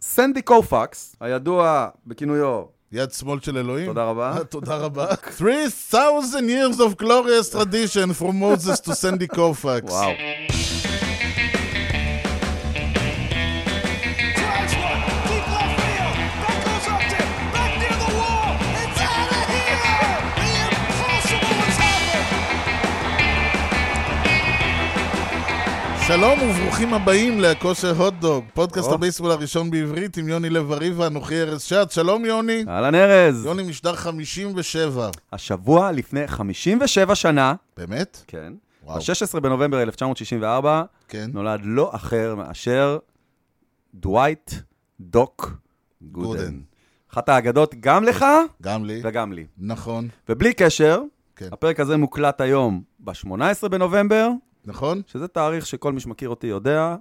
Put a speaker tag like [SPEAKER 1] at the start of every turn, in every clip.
[SPEAKER 1] סנדי קופקס, הידוע בכינויו,
[SPEAKER 2] יד שמאל של אלוהים.
[SPEAKER 1] תודה רבה.
[SPEAKER 2] אה, תודה רבה. 3,000 years of glorious tradition from Moses to Sandy Koufax.
[SPEAKER 1] וואו.
[SPEAKER 3] Drives one, deep left field. That goes up to, back near the wall. It's out of here. The impossible has happened.
[SPEAKER 2] שלום וברוכים הבאים לכושר הוטדוג, פודקאסט
[SPEAKER 1] או.
[SPEAKER 2] הבייסבול הראשון בעברית עם יוני לב-ארי ואנוכי ארז שץ. שלום יוני.
[SPEAKER 1] אהלן ארז.
[SPEAKER 2] יוני משדר 57.
[SPEAKER 1] השבוע לפני 57 שנה,
[SPEAKER 2] באמת?
[SPEAKER 1] כן,
[SPEAKER 2] וואו.
[SPEAKER 1] ב-16 בנובמבר 1964,
[SPEAKER 2] כן.
[SPEAKER 1] נולד לא אחר מאשר דווייט דוק
[SPEAKER 2] גודן.
[SPEAKER 1] גודן. אחת האגדות גם לך
[SPEAKER 2] גם לי.
[SPEAKER 1] וגם לי.
[SPEAKER 2] נכון.
[SPEAKER 1] ובלי קשר,
[SPEAKER 2] כן.
[SPEAKER 1] הפרק הזה מוקלט היום ב-18 בנובמבר,
[SPEAKER 2] נכון?
[SPEAKER 1] שזה תאריך שכל מי שמכיר אותי יודע,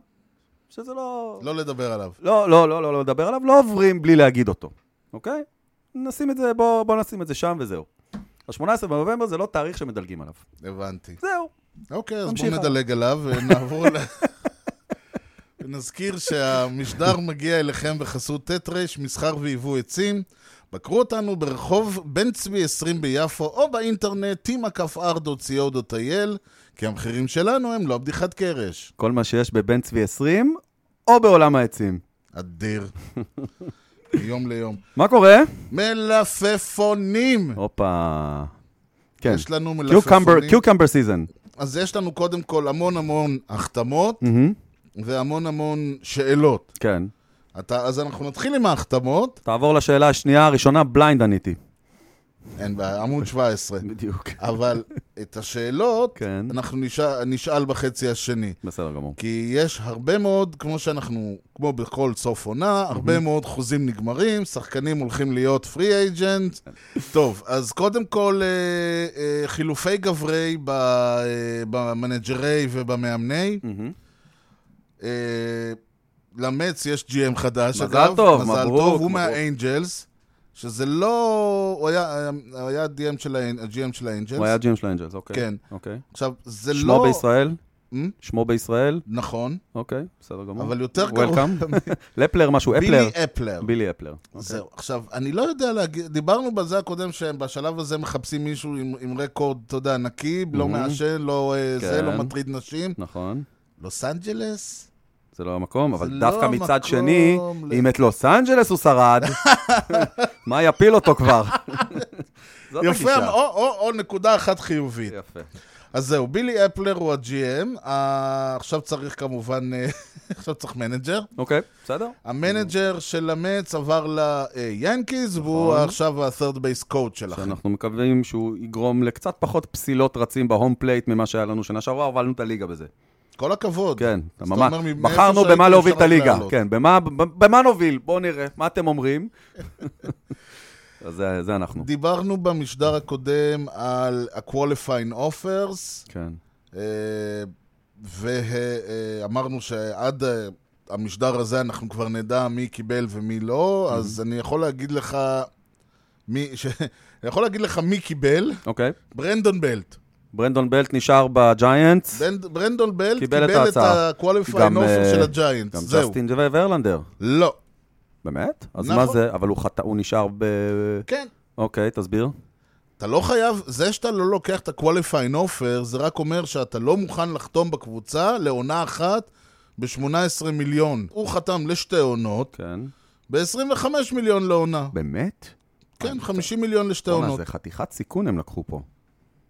[SPEAKER 1] שזה לא...
[SPEAKER 2] לא לדבר עליו.
[SPEAKER 1] לא, לא, לא, לא, לא לדבר עליו, לא עוברים בלי להגיד אותו, אוקיי? נשים את זה, בוא, בוא נשים את זה שם וזהו. ה-18 בנובמבר זה לא תאריך שמדלגים עליו.
[SPEAKER 2] הבנתי.
[SPEAKER 1] זהו.
[SPEAKER 2] אוקיי, אז בואו
[SPEAKER 1] תמשיך.
[SPEAKER 2] נדלג עליו ונעבור ל... ונזכיר שהמשדר מגיע אליכם בחסות ט' ר', מסחר ויבוא עצים. בקרו אותנו ברחוב בן צבי 20 ביפו, או באינטרנט, tima.co.il, כי המחירים שלנו הם לא בדיחת קרש.
[SPEAKER 1] כל מה שיש בבן צבי 20, או בעולם העצים.
[SPEAKER 2] אדיר. מיום ליום.
[SPEAKER 1] מה קורה?
[SPEAKER 2] מלפפונים!
[SPEAKER 1] הופה. כן.
[SPEAKER 2] יש לנו
[SPEAKER 1] קיוקמבר,
[SPEAKER 2] מלפפונים.
[SPEAKER 1] קיוקמבר סיזן.
[SPEAKER 2] אז יש לנו קודם כל המון המון החתמות, והמון המון שאלות.
[SPEAKER 1] כן.
[SPEAKER 2] אתה, אז אנחנו נתחיל עם ההחתמות,
[SPEAKER 1] תעבור לשאלה השנייה, הראשונה, בליינד עניתי.
[SPEAKER 2] אין בעיה, עמוד 17.
[SPEAKER 1] בדיוק.
[SPEAKER 2] אבל את השאלות,
[SPEAKER 1] כן.
[SPEAKER 2] אנחנו נשאל, נשאל בחצי השני.
[SPEAKER 1] בסדר גמור.
[SPEAKER 2] כי יש הרבה מאוד, כמו שאנחנו, כמו בכל סוף עונה, הרבה מאוד חוזים נגמרים, שחקנים הולכים להיות פרי אייג'נט. טוב, אז קודם כל, אה, אה, חילופי גברי ב- אה, במנג'רי ובמאמני.
[SPEAKER 1] מהמם.
[SPEAKER 2] אה, למץ יש GM חדש,
[SPEAKER 1] מזל
[SPEAKER 2] אגב.
[SPEAKER 1] טוב,
[SPEAKER 2] מזל
[SPEAKER 1] מברוק,
[SPEAKER 2] טוב, הוא
[SPEAKER 1] מברוק.
[SPEAKER 2] מהאנג'לס, שזה לא... הוא היה, היה DM של האנ- ה-GM של האנג'לס.
[SPEAKER 1] הוא היה ג'ים של האנג'לס, אוקיי.
[SPEAKER 2] כן.
[SPEAKER 1] אוקיי.
[SPEAKER 2] עכשיו, זה לא...
[SPEAKER 1] שמו בישראל?
[SPEAKER 2] Hmm?
[SPEAKER 1] שמו בישראל?
[SPEAKER 2] נכון,
[SPEAKER 1] אוקיי, בסדר גמור.
[SPEAKER 2] אבל יותר קרוב...
[SPEAKER 1] Welcome. לפלר משהו, אפלר.
[SPEAKER 2] בילי אפלר.
[SPEAKER 1] בילי אפלר.
[SPEAKER 2] זהו. עכשיו, אני לא יודע להגיד, דיברנו בזה הקודם שבשלב הזה מחפשים מישהו עם, עם רקורד, אתה יודע, נקי, לא
[SPEAKER 1] Mhm.
[SPEAKER 2] מעשן, לא אה, זה,
[SPEAKER 1] כן.
[SPEAKER 2] לא מטריד נשים.
[SPEAKER 1] נכון.
[SPEAKER 2] לוס אנג'לס?
[SPEAKER 1] זה לא המקום,
[SPEAKER 2] זה
[SPEAKER 1] אבל
[SPEAKER 2] לא
[SPEAKER 1] דווקא מצד
[SPEAKER 2] המקום
[SPEAKER 1] שני,
[SPEAKER 2] ל-
[SPEAKER 1] אם את לוס אנג'לס הוא שרד, מה יפיל אותו כבר? זאת
[SPEAKER 2] יפה,
[SPEAKER 1] הגישה.
[SPEAKER 2] או, או, או נקודה אחת חיובית.
[SPEAKER 1] יפה.
[SPEAKER 2] אז זהו, בילי אפלר הוא ה-GM, אה, עכשיו צריך כמובן, אה, עכשיו צריך מנג'ר.
[SPEAKER 1] אוקיי, בסדר.
[SPEAKER 2] המנג'ר של המץ עבר ליאנקיז, והוא
[SPEAKER 1] נכון. כן.
[SPEAKER 2] עכשיו ה-third base coach שלכם.
[SPEAKER 1] שאנחנו מקווים שהוא יגרום לקצת פחות פסילות רצים בהום פלייט ממה שהיה לנו שנה שעברה, הובלנו את הליגה בזה.
[SPEAKER 2] כל הכבוד.
[SPEAKER 1] כן,
[SPEAKER 2] זאת
[SPEAKER 1] ממש.
[SPEAKER 2] אומרת, מאיפה
[SPEAKER 1] בחרנו
[SPEAKER 2] שהייתם
[SPEAKER 1] במה להוביל
[SPEAKER 2] אפשר
[SPEAKER 1] את הליגה.
[SPEAKER 2] לעלות.
[SPEAKER 1] כן, במה- ב- במה נוביל? בואו נראה. מה אתם אומרים? אז זה- זה אנחנו.
[SPEAKER 2] דיברנו במשדר הקודם על ה-qualifying offers,
[SPEAKER 1] כן.
[SPEAKER 2] ואמרנו שעד אה, המשדר הזה אנחנו כבר נדע מי קיבל ומי לא, אז אני יכול להגיד לך מי, ש... אני יכול להגיד לך מי קיבל,
[SPEAKER 1] אוקיי.
[SPEAKER 2] ברנדון בלט.
[SPEAKER 1] ברנדון בלט נשאר בג'יינטס.
[SPEAKER 2] ברנד- ברנדון בלט
[SPEAKER 1] קיבל
[SPEAKER 2] קיבל,
[SPEAKER 1] את
[SPEAKER 2] את
[SPEAKER 1] ההצעה.
[SPEAKER 2] ה-qualifying
[SPEAKER 1] גם,
[SPEAKER 2] offer
[SPEAKER 1] אה,
[SPEAKER 2] של הג'יינטס,
[SPEAKER 1] גם
[SPEAKER 2] זהו.
[SPEAKER 1] ג'סטין ו- ורלנדר.
[SPEAKER 2] לא.
[SPEAKER 1] באמת? אז
[SPEAKER 2] נכון.
[SPEAKER 1] מה זה? אבל הוא חטא- הוא נשאר ב...
[SPEAKER 2] כן.
[SPEAKER 1] אוקיי, תסביר.
[SPEAKER 2] אתה לא חייב, זה שאתה לא לוקח את ה-qualifying offer, זה רק אומר שאתה לא מוכן לחתום בקבוצה לעונה אחת ב-18 מיליון. הוא חתם לשתי עונות,
[SPEAKER 1] כן.
[SPEAKER 2] ב-25 מיליון לעונה.
[SPEAKER 1] באמת? אה,
[SPEAKER 2] כן, 50 מיליון לשתי
[SPEAKER 1] בואנה,
[SPEAKER 2] עונות.
[SPEAKER 1] זה חתיכת סיכון הם לקחו פה.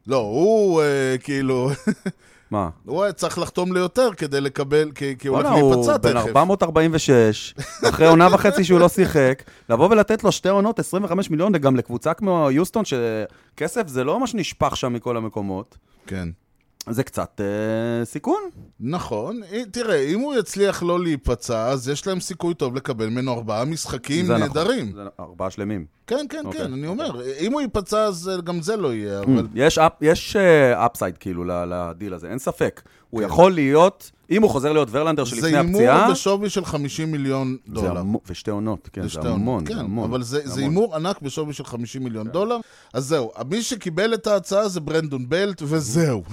[SPEAKER 2] לא, הוא אה, כאילו,
[SPEAKER 1] מה?
[SPEAKER 2] הוא היה צריך לחתום ליותר כדי לקבל, כי כי הוא הולך
[SPEAKER 1] בואנה, הוא
[SPEAKER 2] להיפצע
[SPEAKER 1] בן
[SPEAKER 2] תכף.
[SPEAKER 1] 446, אחרי עונה וחצי שהוא לא שיחק, לבוא ולתת לו שתי עונות 25 מיליון, גם לקבוצה כמו יוסטון, שכסף זה לא מה שנשפך שם מכל המקומות,
[SPEAKER 2] כן.
[SPEAKER 1] זה קצת אה, סיכון.
[SPEAKER 2] נכון, אה, תראה, אם הוא יצליח לא להיפצע, אז יש להם סיכוי טוב לקבל ממנו ארבעה משחקים
[SPEAKER 1] זה נכון.
[SPEAKER 2] נהדרים.
[SPEAKER 1] זה ארבעה שלמים.
[SPEAKER 2] כן, כן,
[SPEAKER 1] אוקיי. Mm.
[SPEAKER 2] כן, אני אומר, אם הוא ייפצע, אז אה, גם זה לא יהיה, אבל...
[SPEAKER 1] יש אפ- יש אפסייד כאילו ל- לדיל הזה, אין ספק. הוא יכול להיות, אם הוא חוזר להיות ורלנדר שלפני
[SPEAKER 2] כן. זה
[SPEAKER 1] הפציעה,
[SPEAKER 2] הימור בשווי של 50 מיליון
[SPEAKER 1] זה
[SPEAKER 2] דולר.
[SPEAKER 1] המון- ושתי עונות, כן,
[SPEAKER 2] שתי
[SPEAKER 1] זה
[SPEAKER 2] עונות.
[SPEAKER 1] המון,
[SPEAKER 2] כן,
[SPEAKER 1] זה המון.
[SPEAKER 2] אבל זה זה
[SPEAKER 1] המון. כן.
[SPEAKER 2] הימור ענק בשווי של 50 מיליון דולר. אז זהו, מי שקיבל את ההצעה זה ברנדון בלט, וזהו.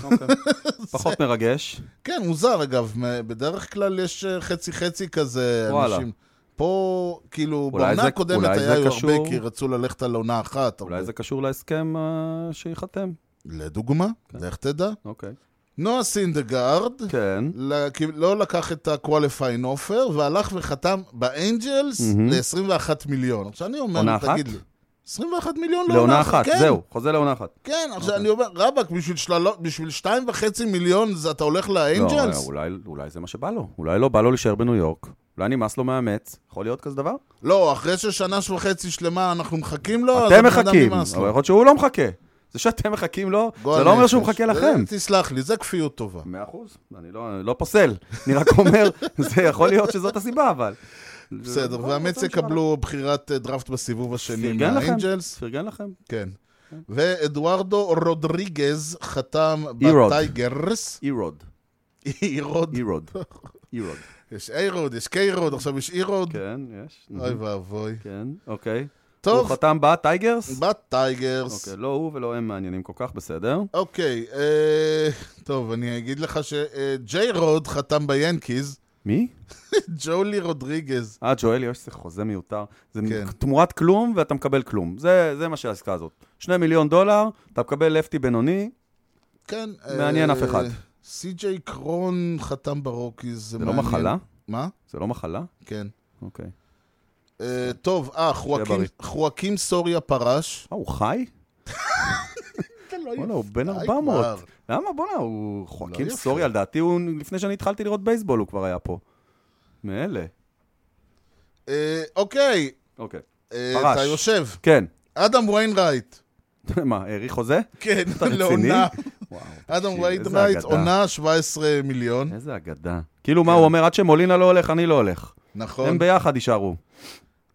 [SPEAKER 1] פחות מרגש.
[SPEAKER 2] כן, מוזר אגב, מ- בדרך כלל יש אה, חצי-חצי כזה
[SPEAKER 1] וואלה.
[SPEAKER 2] אנשים. פה, כאילו,
[SPEAKER 1] אולי
[SPEAKER 2] בעונה
[SPEAKER 1] זה-
[SPEAKER 2] הקודמת
[SPEAKER 1] אולי
[SPEAKER 2] היה
[SPEAKER 1] זה
[SPEAKER 2] הרבה,
[SPEAKER 1] קשור-
[SPEAKER 2] כי רצו ללכת על עונה אחת.
[SPEAKER 1] אולי
[SPEAKER 2] הרבה.
[SPEAKER 1] זה קשור להסכם אה, שייחתם.
[SPEAKER 2] לדוגמה, לך תדע.
[SPEAKER 1] אוקיי.
[SPEAKER 2] נועה סינדגארד,
[SPEAKER 1] כן.
[SPEAKER 2] ל- כי- לא לקח את ה-qualifying offer, והלך וחתם באנג'לס
[SPEAKER 1] מהמם.
[SPEAKER 2] ל-21 מיליון. עכשיו אני אומר,
[SPEAKER 1] עונה
[SPEAKER 2] לו,
[SPEAKER 1] אחת?
[SPEAKER 2] תגיד לי. 21 מיליון
[SPEAKER 1] לעונה אחת,
[SPEAKER 2] כן,
[SPEAKER 1] זהו, אוקיי. חוזה לעונה אחת.
[SPEAKER 2] כן, עכשיו אני אומר, רבאק, בשביל שללו- בשביל 2.5 מיליון זה אתה הולך
[SPEAKER 1] לא,
[SPEAKER 2] לאנג'לס?
[SPEAKER 1] אולי, אולי זה מה שבא לו. אולי לא בא לו להישאר בניו יורק. אולי נמאס לו מאמץ. יכול להיות כזה דבר?
[SPEAKER 2] לא, אחרי ששנה וחצי שלמה אנחנו מחכים לו, אז
[SPEAKER 1] אתם
[SPEAKER 2] הבן לא, אדם
[SPEAKER 1] מחכים,
[SPEAKER 2] נמאס לו.
[SPEAKER 1] אבל יכול להיות שהוא לא מחכה. זה שאתם מחכים לו,
[SPEAKER 2] גועל
[SPEAKER 1] זה לא אומר שהוא
[SPEAKER 2] נפש.
[SPEAKER 1] מחכה
[SPEAKER 2] זה-
[SPEAKER 1] לכם.
[SPEAKER 2] תסלח לי, זה כפיות טובה.
[SPEAKER 1] מאה אחוז, אני לא, לא פוסל. אני רק אומר, זה יכול להיות שזאת הסיבה, אבל...
[SPEAKER 2] בסדר,
[SPEAKER 1] לא,
[SPEAKER 2] והמץ
[SPEAKER 1] זה נשמע לא.
[SPEAKER 2] יקבלו בחירת אה, דראפט בסיבוב השני
[SPEAKER 1] פרגן לכם,
[SPEAKER 2] מהאנג'לס.
[SPEAKER 1] פרגן לכם.
[SPEAKER 2] כן. ואדוארדו רודריגז חתם
[SPEAKER 1] אירוד.
[SPEAKER 2] בטייגרס.
[SPEAKER 1] אירוד,
[SPEAKER 2] אירוד.
[SPEAKER 1] אירוד, אירוד.
[SPEAKER 2] יש איירוד, יש קיירוד, עכשיו יש אירוד.
[SPEAKER 1] כן, יש.
[SPEAKER 2] אוי ואבוי.
[SPEAKER 1] כן, אוקיי.
[SPEAKER 2] טוב,
[SPEAKER 1] הוא חתם בטייגרס?
[SPEAKER 2] בטייגרס.
[SPEAKER 1] אוקיי, לא הוא ולא הם מעניינים כל כך, בסדר.
[SPEAKER 2] אוקיי, אה, טוב, אני אגיד לך שג'יירוד חתם ביאנקיז,
[SPEAKER 1] מי?
[SPEAKER 2] ג'ולי רודריגז.
[SPEAKER 1] אה, ג'ואל, יש זה חוזה מיותר. זה
[SPEAKER 2] כן.
[SPEAKER 1] תמורת כלום ואתה מקבל כלום. זה, זה מה שהעסקה הזאת. שני מיליון דולר, אתה מקבל לפטי בינוני,
[SPEAKER 2] כן.
[SPEAKER 1] מעניין אף אחד.
[SPEAKER 2] סי.ג'יי קרון חתם ברוקיז,
[SPEAKER 1] זה
[SPEAKER 2] זה
[SPEAKER 1] לא
[SPEAKER 2] מעניין.
[SPEAKER 1] מחלה?
[SPEAKER 2] מה?
[SPEAKER 1] זה לא מחלה?
[SPEAKER 2] כן.
[SPEAKER 1] אוקיי.
[SPEAKER 2] אה, טוב, אה, חואקים-
[SPEAKER 1] בריא.
[SPEAKER 2] חואקים סוריה פרש.
[SPEAKER 1] אה, הוא חי? וואלה, הוא בן
[SPEAKER 2] די
[SPEAKER 1] 400.
[SPEAKER 2] כבר.
[SPEAKER 1] למה? בוא'נה, הוא חואקים
[SPEAKER 2] יפה.
[SPEAKER 1] סוריה, לדעתי הוא, לפני שאני התחלתי לראות בייסבול הוא כבר היה פה. מאלה.
[SPEAKER 2] אה, אוקיי,
[SPEAKER 1] אוקיי.
[SPEAKER 2] אה,
[SPEAKER 1] פרש.
[SPEAKER 2] אתה יושב.
[SPEAKER 1] כן.
[SPEAKER 2] אדם ויינרייט.
[SPEAKER 1] מה, האריך חוזה?
[SPEAKER 2] כן,
[SPEAKER 1] אתה רציני?
[SPEAKER 2] לעונה.
[SPEAKER 1] וואו,
[SPEAKER 2] אדם
[SPEAKER 1] תקשיב, איזה
[SPEAKER 2] ויינרייט,
[SPEAKER 1] אגדה.
[SPEAKER 2] עונה 17 מיליון.
[SPEAKER 1] איזה אגדה. כאילו, מה, הוא אומר, עד שמולינה לא הולך, אני לא הולך.
[SPEAKER 2] נכון.
[SPEAKER 1] הם ביחד יישארו.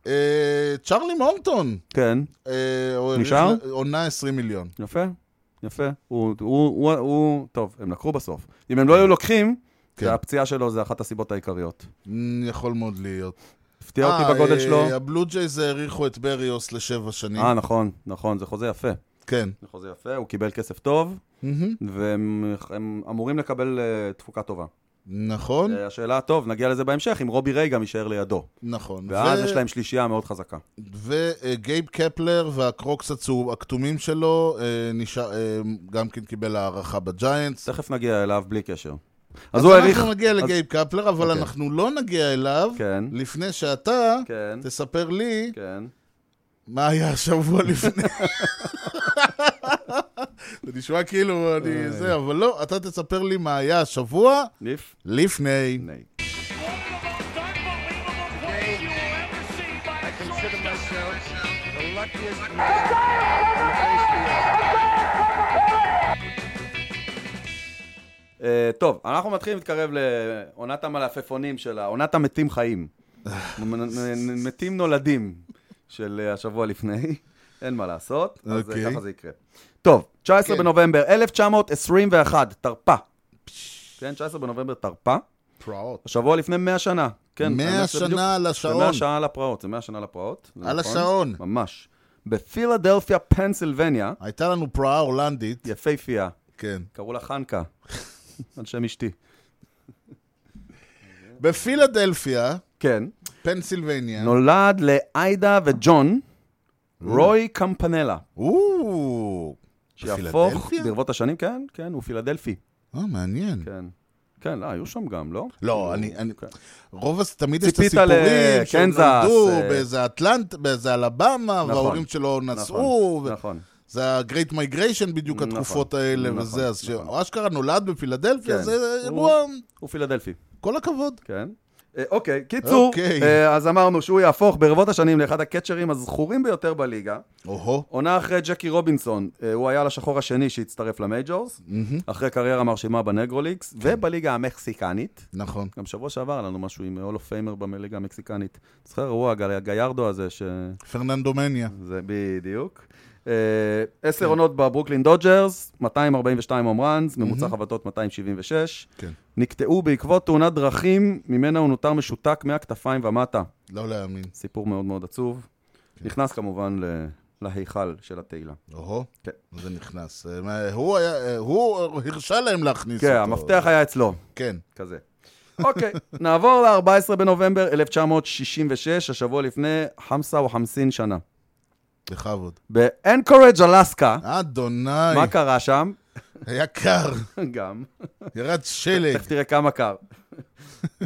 [SPEAKER 2] אה, צ'רלי מורטון.
[SPEAKER 1] כן,
[SPEAKER 2] אה, הוא
[SPEAKER 1] נשאר?
[SPEAKER 2] האריך ל- עונה 20 מיליון.
[SPEAKER 1] יפה, יפה. הוא, הוא, הוא, הוא, טוב, הם לקחו בסוף. אם הם לא היו לוקחים,
[SPEAKER 2] כן.
[SPEAKER 1] זה הפציעה שלו זה אחת הסיבות העיקריות.
[SPEAKER 2] מ, יכול מאוד להיות. אה,
[SPEAKER 1] הפתיע אותי בגודל שלו.
[SPEAKER 2] הבלו ג'ייז האריכו את בריוס לשבע שנים.
[SPEAKER 1] אה, נכון, נכון, זה חוזה יפה.
[SPEAKER 2] כן.
[SPEAKER 1] זה חוזה יפה, הוא קיבל כסף טוב,
[SPEAKER 2] מהמם.
[SPEAKER 1] והם הם אמורים לקבל אה, תפוקה טובה.
[SPEAKER 2] נכון,
[SPEAKER 1] אה, השאלה, טוב, נגיע לזה בהמשך, אם רובי ריי גם יישאר לידו.
[SPEAKER 2] נכון.
[SPEAKER 1] ואז
[SPEAKER 2] ו-
[SPEAKER 1] יש להם שלישייה מאוד חזקה.
[SPEAKER 2] וגייב קפלר והקרוקס הצהוב, הכתומים שלו, אה, נשאר, אה, גם כן קיבל הערכה בג'יינטס.
[SPEAKER 1] תכף נגיע אליו בלי קשר. אז הוא העריך...
[SPEAKER 2] אנחנו נגיע
[SPEAKER 1] אז-
[SPEAKER 2] לגייב קפלר, אבל
[SPEAKER 1] אוקיי.
[SPEAKER 2] אנחנו לא נגיע אליו
[SPEAKER 1] כן.
[SPEAKER 2] לפני שאתה
[SPEAKER 1] כן,
[SPEAKER 2] תספר לי
[SPEAKER 1] כן.
[SPEAKER 2] מה היה השבוע לפני. זה נשמע כאילו אני
[SPEAKER 1] אה.
[SPEAKER 2] זה, אבל לא, אתה תספר לי מה היה השבוע
[SPEAKER 1] ניף?
[SPEAKER 2] לפני.
[SPEAKER 1] ניי.
[SPEAKER 3] One of the most unbelievable plays you will ever see by a shortstop.
[SPEAKER 1] אה, טוב, אנחנו מתחילים להתקרב לעונת המלפפונים שלה, עונת המתים חיים. מ- מ- מתים נולדים של אה, השבוע לפני, אין מה לעשות, אז אה,
[SPEAKER 2] אוקיי.
[SPEAKER 1] ככה זה יקרה. טוב, 19
[SPEAKER 2] כן.
[SPEAKER 1] בנובמבר 1921, תרפ"א. כן, 19 בנובמבר תרפ"א,
[SPEAKER 2] פרעות.
[SPEAKER 1] השבוע לפני 100 שנה. כן,
[SPEAKER 2] 100
[SPEAKER 1] האמת, זה בדיוק-
[SPEAKER 2] שנה על
[SPEAKER 1] זה
[SPEAKER 2] השעון.
[SPEAKER 1] 100 שנה לפרעות, זה 100 שנה לפרעות. זה
[SPEAKER 2] על
[SPEAKER 1] נכון?
[SPEAKER 2] השעון.
[SPEAKER 1] ממש. בפילדלפיה, פנסילבניה,
[SPEAKER 2] הייתה לנו פרעה הולנדית,
[SPEAKER 1] יפהפייה,
[SPEAKER 2] כן.
[SPEAKER 1] קראו לה חנקה, על שם אשתי.
[SPEAKER 2] בפילדלפיה,
[SPEAKER 1] כן.
[SPEAKER 2] פנסילבניה.
[SPEAKER 1] נולד לאיידה וג'ון
[SPEAKER 2] Mm.
[SPEAKER 1] רוי קמפנלה,
[SPEAKER 2] או,
[SPEAKER 1] שיהפוך
[SPEAKER 2] פילדלפיה?
[SPEAKER 1] ברבות השנים, כן, כן, הוא פילדלפי,
[SPEAKER 2] אה, מעניין.
[SPEAKER 1] כן. כן, לא, היו שם גם, לא?
[SPEAKER 2] לא, אני- אני-
[SPEAKER 1] כן.
[SPEAKER 2] רוב, הס- תמיד יש את
[SPEAKER 1] ציפית
[SPEAKER 2] הסיפורים שהם
[SPEAKER 1] לקנזס,
[SPEAKER 2] נולדו
[SPEAKER 1] אה.
[SPEAKER 2] באיזה אטלנט, באיזה אלבמה,
[SPEAKER 1] נכון,
[SPEAKER 2] וההורים שלו נסעו,
[SPEAKER 1] נכון,
[SPEAKER 2] ו-
[SPEAKER 1] נכון.
[SPEAKER 2] זה ה-Great Migration בדיוק,
[SPEAKER 1] נכון,
[SPEAKER 2] התקופות האלה
[SPEAKER 1] נכון,
[SPEAKER 2] וזה, אז
[SPEAKER 1] נכון.
[SPEAKER 2] שאשכרה נולד בפילדלפיה,
[SPEAKER 1] כן.
[SPEAKER 2] זה
[SPEAKER 1] הוא-
[SPEAKER 2] אירוע,
[SPEAKER 1] הוא פילדלפי,
[SPEAKER 2] כל הכבוד.
[SPEAKER 1] כן. אה, אוקיי, קיצור,
[SPEAKER 2] אוקיי.
[SPEAKER 1] אה, אז אמרנו שהוא יהפוך ברבות השנים לאחד הקצ'רים הזכורים ביותר בליגה.
[SPEAKER 2] או-הו,
[SPEAKER 1] עונה אחרי ג'קי רובינסון, אה, הוא היה לשחור השני שהצטרף למייג'ורס, אחרי קריירה מרשימה בנגרוליקס ובליגה המקסיקנית.
[SPEAKER 2] נכון.
[SPEAKER 1] גם שבוע שעבר היה לנו משהו עם הולו פיימר בליגה המקסיקנית. זוכר, הוא הגל- הגיארדו הזה, ש...
[SPEAKER 2] פרננדו מניה.
[SPEAKER 1] זה בדיוק. אה, עשר עונות בברוקלין דודג'רס, 242 הום ראנס, ממוצע חבטות 276.
[SPEAKER 2] כן.
[SPEAKER 1] נקטעו בעקבות תאונת דרכים, ממנה הוא נותר משותק מהכתפיים ומטה.
[SPEAKER 2] לא להאמין.
[SPEAKER 1] סיפור מאוד מאוד עצוב. נכנס כמובן ל- להיכל של התהילה.
[SPEAKER 2] או-הו,
[SPEAKER 1] כן.
[SPEAKER 2] זה נכנס. אה, מה, הוא היה, אה, הוא הרשה להם להכניס אותו.
[SPEAKER 1] כן, המפתח היה כן, אצלו,
[SPEAKER 2] כן.
[SPEAKER 1] כזה. אוקיי, נעבור ל-14 בנובמבר 1966, השבוע לפני חמסה או חמסין שנה.
[SPEAKER 2] בכבוד.
[SPEAKER 1] באנקורג' אלסקה,
[SPEAKER 2] אדוני,
[SPEAKER 1] מה קרה שם?
[SPEAKER 2] היה קר,
[SPEAKER 1] גם.
[SPEAKER 2] ירד שלג.
[SPEAKER 1] תכף תראה כמה קר.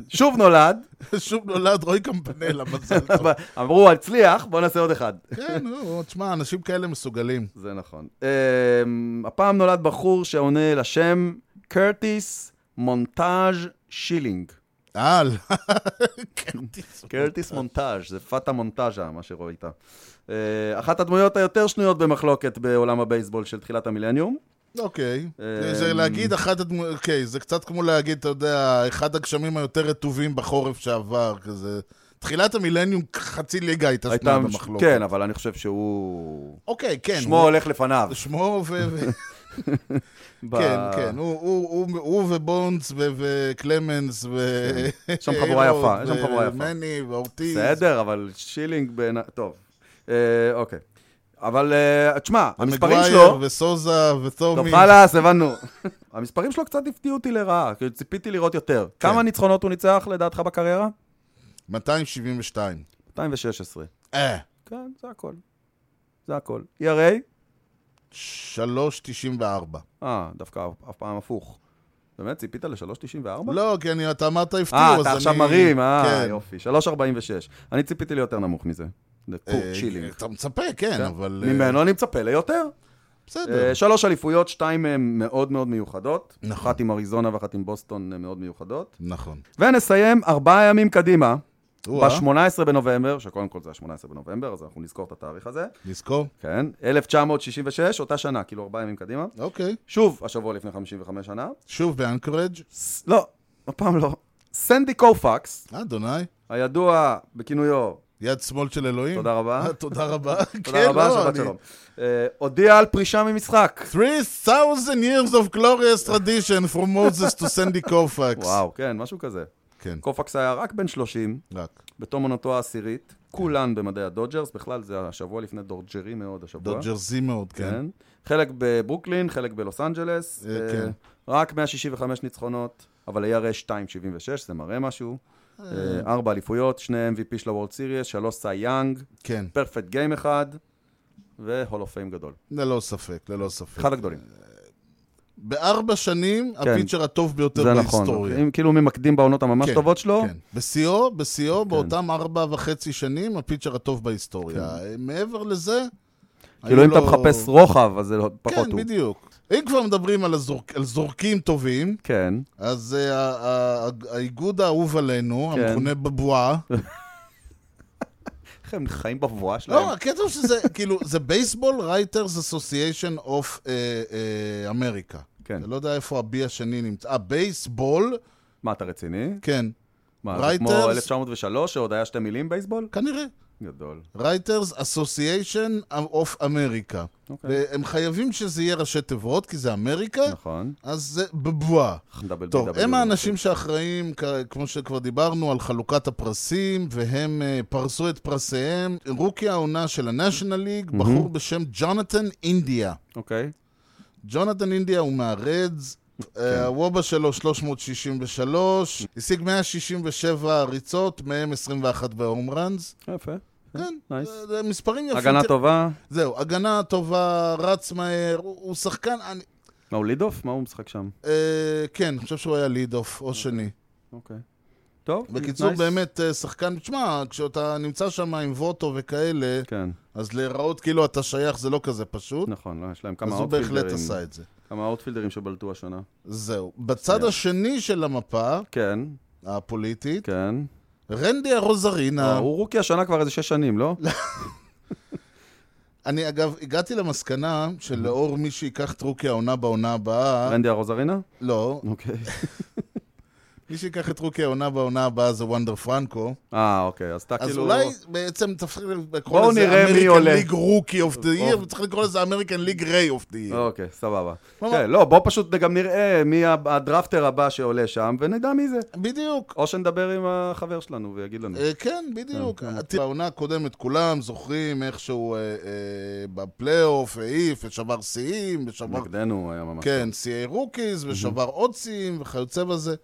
[SPEAKER 1] שוב נולד,
[SPEAKER 2] שוב נולד רועי קמפנלה, מזל טוב.
[SPEAKER 1] אמרו, הצליח, בוא נעשה עוד אחד.
[SPEAKER 2] כן, נו, תשמע, אנשים כאלה מסוגלים.
[SPEAKER 1] זה נכון. אמ, הפעם נולד בחור שעונה לשם קרטיס מונטאז' שילינג.
[SPEAKER 2] אה, לא. כרטיס.
[SPEAKER 1] קרטיס
[SPEAKER 2] אה,
[SPEAKER 1] מונטאז', זה פאטה מונטאז'ה, מה שרואית. אה, אחת הדמויות היותר שנויות במחלוקת בעולם הבייסבול של תחילת המילניום.
[SPEAKER 2] אוקיי.
[SPEAKER 1] אה,
[SPEAKER 2] זה להגיד אחת הדמויות, אוקיי, זה קצת כמו להגיד, אתה יודע, אחד הגשמים היותר רטובים בחורף שעבר, כזה. תחילת המילניום, חצי ליגה הייתה שנויה
[SPEAKER 1] הייתה-
[SPEAKER 2] במחלוקת.
[SPEAKER 1] כן, אבל אני חושב שהוא...
[SPEAKER 2] אוקיי, כן.
[SPEAKER 1] שמו הולך לפניו.
[SPEAKER 2] הוא- שמו ו... ו-
[SPEAKER 1] ב-
[SPEAKER 2] כן, כן. הוא- הוא- הוא הוא ובונדס ו- וקלמנס ו...
[SPEAKER 1] כן, יש שם חבורה
[SPEAKER 2] איירוד
[SPEAKER 1] יפה, יש שם חבורה יפה.
[SPEAKER 2] ומני ואורטיז.
[SPEAKER 1] בסדר, אבל שילינג בעיניי... טוב. אה, אוקיי. אבל אה, תשמע, המספרים שלו...
[SPEAKER 2] ומגווייר וסוזה
[SPEAKER 1] טוב,
[SPEAKER 2] ותומי.
[SPEAKER 1] חלאס, הבנו. המספרים שלו קצת הפתיעו אותי לרעה, כאילו, ציפיתי לראות יותר.
[SPEAKER 2] כן.
[SPEAKER 1] כמה ניצחונות הוא ניצח לדעתך בקריירה?
[SPEAKER 2] 272.
[SPEAKER 1] 216.
[SPEAKER 2] אה,
[SPEAKER 1] כן, זה הכל. זה הכל. E ERA?
[SPEAKER 2] 394.
[SPEAKER 1] אה, דווקא אף- אף פעם הפוך. באמת, ציפית ל-3.94?
[SPEAKER 2] לא, כי אני, אתה אמרת הפתיעו, אז
[SPEAKER 1] אה,
[SPEAKER 2] אני...
[SPEAKER 1] אתה עכשיו מרים, אה,
[SPEAKER 2] כן.
[SPEAKER 1] יופי. 3.46. אני ציפיתי ליותר נמוך מזה. זה קור,
[SPEAKER 2] אה,
[SPEAKER 1] צ'ילינג.
[SPEAKER 2] אתה מצפה, כן, אבל... אה,
[SPEAKER 1] ממנו אני מצפה ליותר.
[SPEAKER 2] בסדר.
[SPEAKER 1] אה, שלוש אליפויות, שתיים מהן מאוד מאוד מיוחדות.
[SPEAKER 2] נכון.
[SPEAKER 1] אחת עם אריזונה ואחת עם בוסטון אה, מאוד מיוחדות.
[SPEAKER 2] נכון.
[SPEAKER 1] ונסיים ארבעה ימים קדימה,
[SPEAKER 2] או-אה,
[SPEAKER 1] ב-18 בנובמבר, שקודם כל זה ה-18 בנובמבר, אז אנחנו נזכור את התאריך הזה.
[SPEAKER 2] נזכור?
[SPEAKER 1] כן, 1966, אותה שנה, כאילו ארבעה ימים קדימה.
[SPEAKER 2] אוקיי.
[SPEAKER 1] שוב, השבוע לפני 55 שנה.
[SPEAKER 2] שוב באנקורג'.
[SPEAKER 1] ס- לא, הפעם לא. סנדי קופקס,
[SPEAKER 2] אה, אדוני.
[SPEAKER 1] הידוע בכינויו,
[SPEAKER 2] יד שמאל של אלוהים.
[SPEAKER 1] תודה רבה.
[SPEAKER 2] אה, תודה רבה. כן,
[SPEAKER 1] תודה
[SPEAKER 2] לא,
[SPEAKER 1] רבה, שבת שלום, אה, הודיע על פרישה ממשחק.
[SPEAKER 2] 3,000 years of glorious tradition from Moses to Sandy Koufax.
[SPEAKER 1] וואו, כן, משהו כזה.
[SPEAKER 2] כן,
[SPEAKER 1] קופקס היה רק בן 30,
[SPEAKER 2] רק.
[SPEAKER 1] בתום עונתו העשירית, כולן במדעי הדודג'רס, בכלל זה השבוע לפני דורג'רי מאוד, השבוע.
[SPEAKER 2] דודג'רזי מאוד, כן.
[SPEAKER 1] כן. חלק בברוקלין, חלק בלוס אנג'לס.
[SPEAKER 2] אה,
[SPEAKER 1] אה,
[SPEAKER 2] כן.
[SPEAKER 1] רק 165 ניצחונות, אבל היה רש 2.76, זה מראה משהו. אה, ארבע אליפויות, שני MVP של הוורלד סיריוס, שלוש סי יאנג,
[SPEAKER 2] כן,
[SPEAKER 1] פרפקט גיים אחד, והול אוף פיים גדול.
[SPEAKER 2] ללא לא ספק, ללא ספק.
[SPEAKER 1] אחד הגדולים.
[SPEAKER 2] בארבע שנים,
[SPEAKER 1] כן.
[SPEAKER 2] הפיצ'ר הטוב ביותר
[SPEAKER 1] זה נכון.
[SPEAKER 2] בהיסטוריה.
[SPEAKER 1] אם כאילו ממקדים בעונות הממש
[SPEAKER 2] כן,
[SPEAKER 1] טובות שלו, כן.
[SPEAKER 2] כן. בשיאו, בשיאו, באותם ארבע וחצי שנים, הפיצ'ר הטוב בהיסטוריה. אה, מעבר לזה...
[SPEAKER 1] כן. כאילו
[SPEAKER 2] היו
[SPEAKER 1] אם אתה
[SPEAKER 2] לו-
[SPEAKER 1] מחפש רוחב, אז זה לא- פחות
[SPEAKER 2] כן,
[SPEAKER 1] הוא.
[SPEAKER 2] בדיוק. אם כבר מדברים על, הזורק, על זורקים טובים,
[SPEAKER 1] כן,
[SPEAKER 2] אז uh, ה- ה- ה- האיגוד האהוב עלינו,
[SPEAKER 1] כן.
[SPEAKER 2] המכונה בבועה,
[SPEAKER 1] איך הם חיים בבואה שלהם?
[SPEAKER 2] לא, הקטע הוא שזה, כאילו, זה בייסבול רייטרס אסוסיישן אוף אמריקה.
[SPEAKER 1] כן.
[SPEAKER 2] אה, אני לא יודע איפה הבי השני נמצא. אה, בייסבול,
[SPEAKER 1] מה, אתה רציני?
[SPEAKER 2] כן,
[SPEAKER 1] מה, זה כמו
[SPEAKER 2] Writers?
[SPEAKER 1] 1903, שעוד היה שתי מילים בייסבול?
[SPEAKER 2] כנראה.
[SPEAKER 1] גדול.
[SPEAKER 2] רייטרס אסוסיישן אוף אמריקה.
[SPEAKER 1] אוקיי,
[SPEAKER 2] והם חייבים שזה יהיה ראשי תיבות, כי זה אמריקה,
[SPEAKER 1] נכון.
[SPEAKER 2] אז זה בבועה.
[SPEAKER 1] דאבל
[SPEAKER 2] טוב,
[SPEAKER 1] BW.
[SPEAKER 2] הם האנשים שאחראים, כ- כמו שכבר דיברנו, על חלוקת הפרסים, והם אה, פרסו את פרסיהם. רוקי העונה של הנשיונל ליג, בחור בשם ג'ונתן אינדיה.
[SPEAKER 1] אוקיי.
[SPEAKER 2] ג'ונתן אינדיה הוא מהרדס.
[SPEAKER 1] כן.
[SPEAKER 2] אה, הוובה שלו 363, השיג 167 ריצות, מהם 21 בהום ראנס.
[SPEAKER 1] יפה.
[SPEAKER 2] כן,
[SPEAKER 1] אה, נייס.
[SPEAKER 2] זה- זה מספרים יפים.
[SPEAKER 1] הגנה
[SPEAKER 2] תראה-
[SPEAKER 1] טובה.
[SPEAKER 2] זהו, הגנה טובה, רץ מהר, הוא הוא שחקן, אני-
[SPEAKER 1] מה, הוא ליד אוף? מה הוא משחק שם?
[SPEAKER 2] אה, כן, אני חושב שהוא היה ליד אוף, או שני.
[SPEAKER 1] אוקיי. טוב,
[SPEAKER 2] בקיצור,
[SPEAKER 1] nice.
[SPEAKER 2] באמת, אה, שחקן, תשמע, כשאתה נמצא שם עם ווטו וכאלה,
[SPEAKER 1] כן,
[SPEAKER 2] אז להיראות כאילו אתה שייך זה לא כזה פשוט,
[SPEAKER 1] נכון, לא, יש להם
[SPEAKER 2] אז
[SPEAKER 1] כמה
[SPEAKER 2] הוא בהחלט
[SPEAKER 1] אאוטפילדרים.
[SPEAKER 2] עשה את זה.
[SPEAKER 1] כמה אאוטפילדרים שבלטו השנה.
[SPEAKER 2] זהו. בצד השני של המפה,
[SPEAKER 1] כן,
[SPEAKER 2] הפוליטית,
[SPEAKER 1] כן.
[SPEAKER 2] רנדי הרוזרינה,
[SPEAKER 1] הוא רוקי השנה כבר איזה שש שנים, לא?
[SPEAKER 2] אני אגב, הגעתי למסקנה שלאור מי שייקח את רוקי העונה בעונה הבאה,
[SPEAKER 1] רנדי הרוזרינה?
[SPEAKER 2] לא,
[SPEAKER 1] אוקיי.
[SPEAKER 2] מי שייקח את רוקי העונה בעונה הבאה זה וונדר פרנקו,
[SPEAKER 1] אה, אוקיי, אז אתה
[SPEAKER 2] אז
[SPEAKER 1] כאילו...
[SPEAKER 2] אולי בעצם תפסיק לקרוא
[SPEAKER 1] בואו
[SPEAKER 2] לזה
[SPEAKER 1] נראה מי עולה.
[SPEAKER 2] American League Rookie of the Year,
[SPEAKER 1] בואו.
[SPEAKER 2] וצריך לקרוא לזה American League Ray of the Year.
[SPEAKER 1] אוקיי, סבבה.
[SPEAKER 2] כלומר-
[SPEAKER 1] כן, לא, בוא פשוט גם נראה מי הדרפטר הבא שעולה שם, ונדע מי זה.
[SPEAKER 2] בדיוק.
[SPEAKER 1] או שנדבר עם החבר שלנו ויגיד לנו.
[SPEAKER 2] אה, כן, בדיוק. תראה, העונה הקודמת, כולם זוכרים איך שהוא אה, אה, בפלייאוף העיף ושבר שיאים, ושבר,
[SPEAKER 1] נגדנו היה ממש...
[SPEAKER 2] כן, שיאי רוקיז, ושבר עוד שיאים וכיוצא בזה.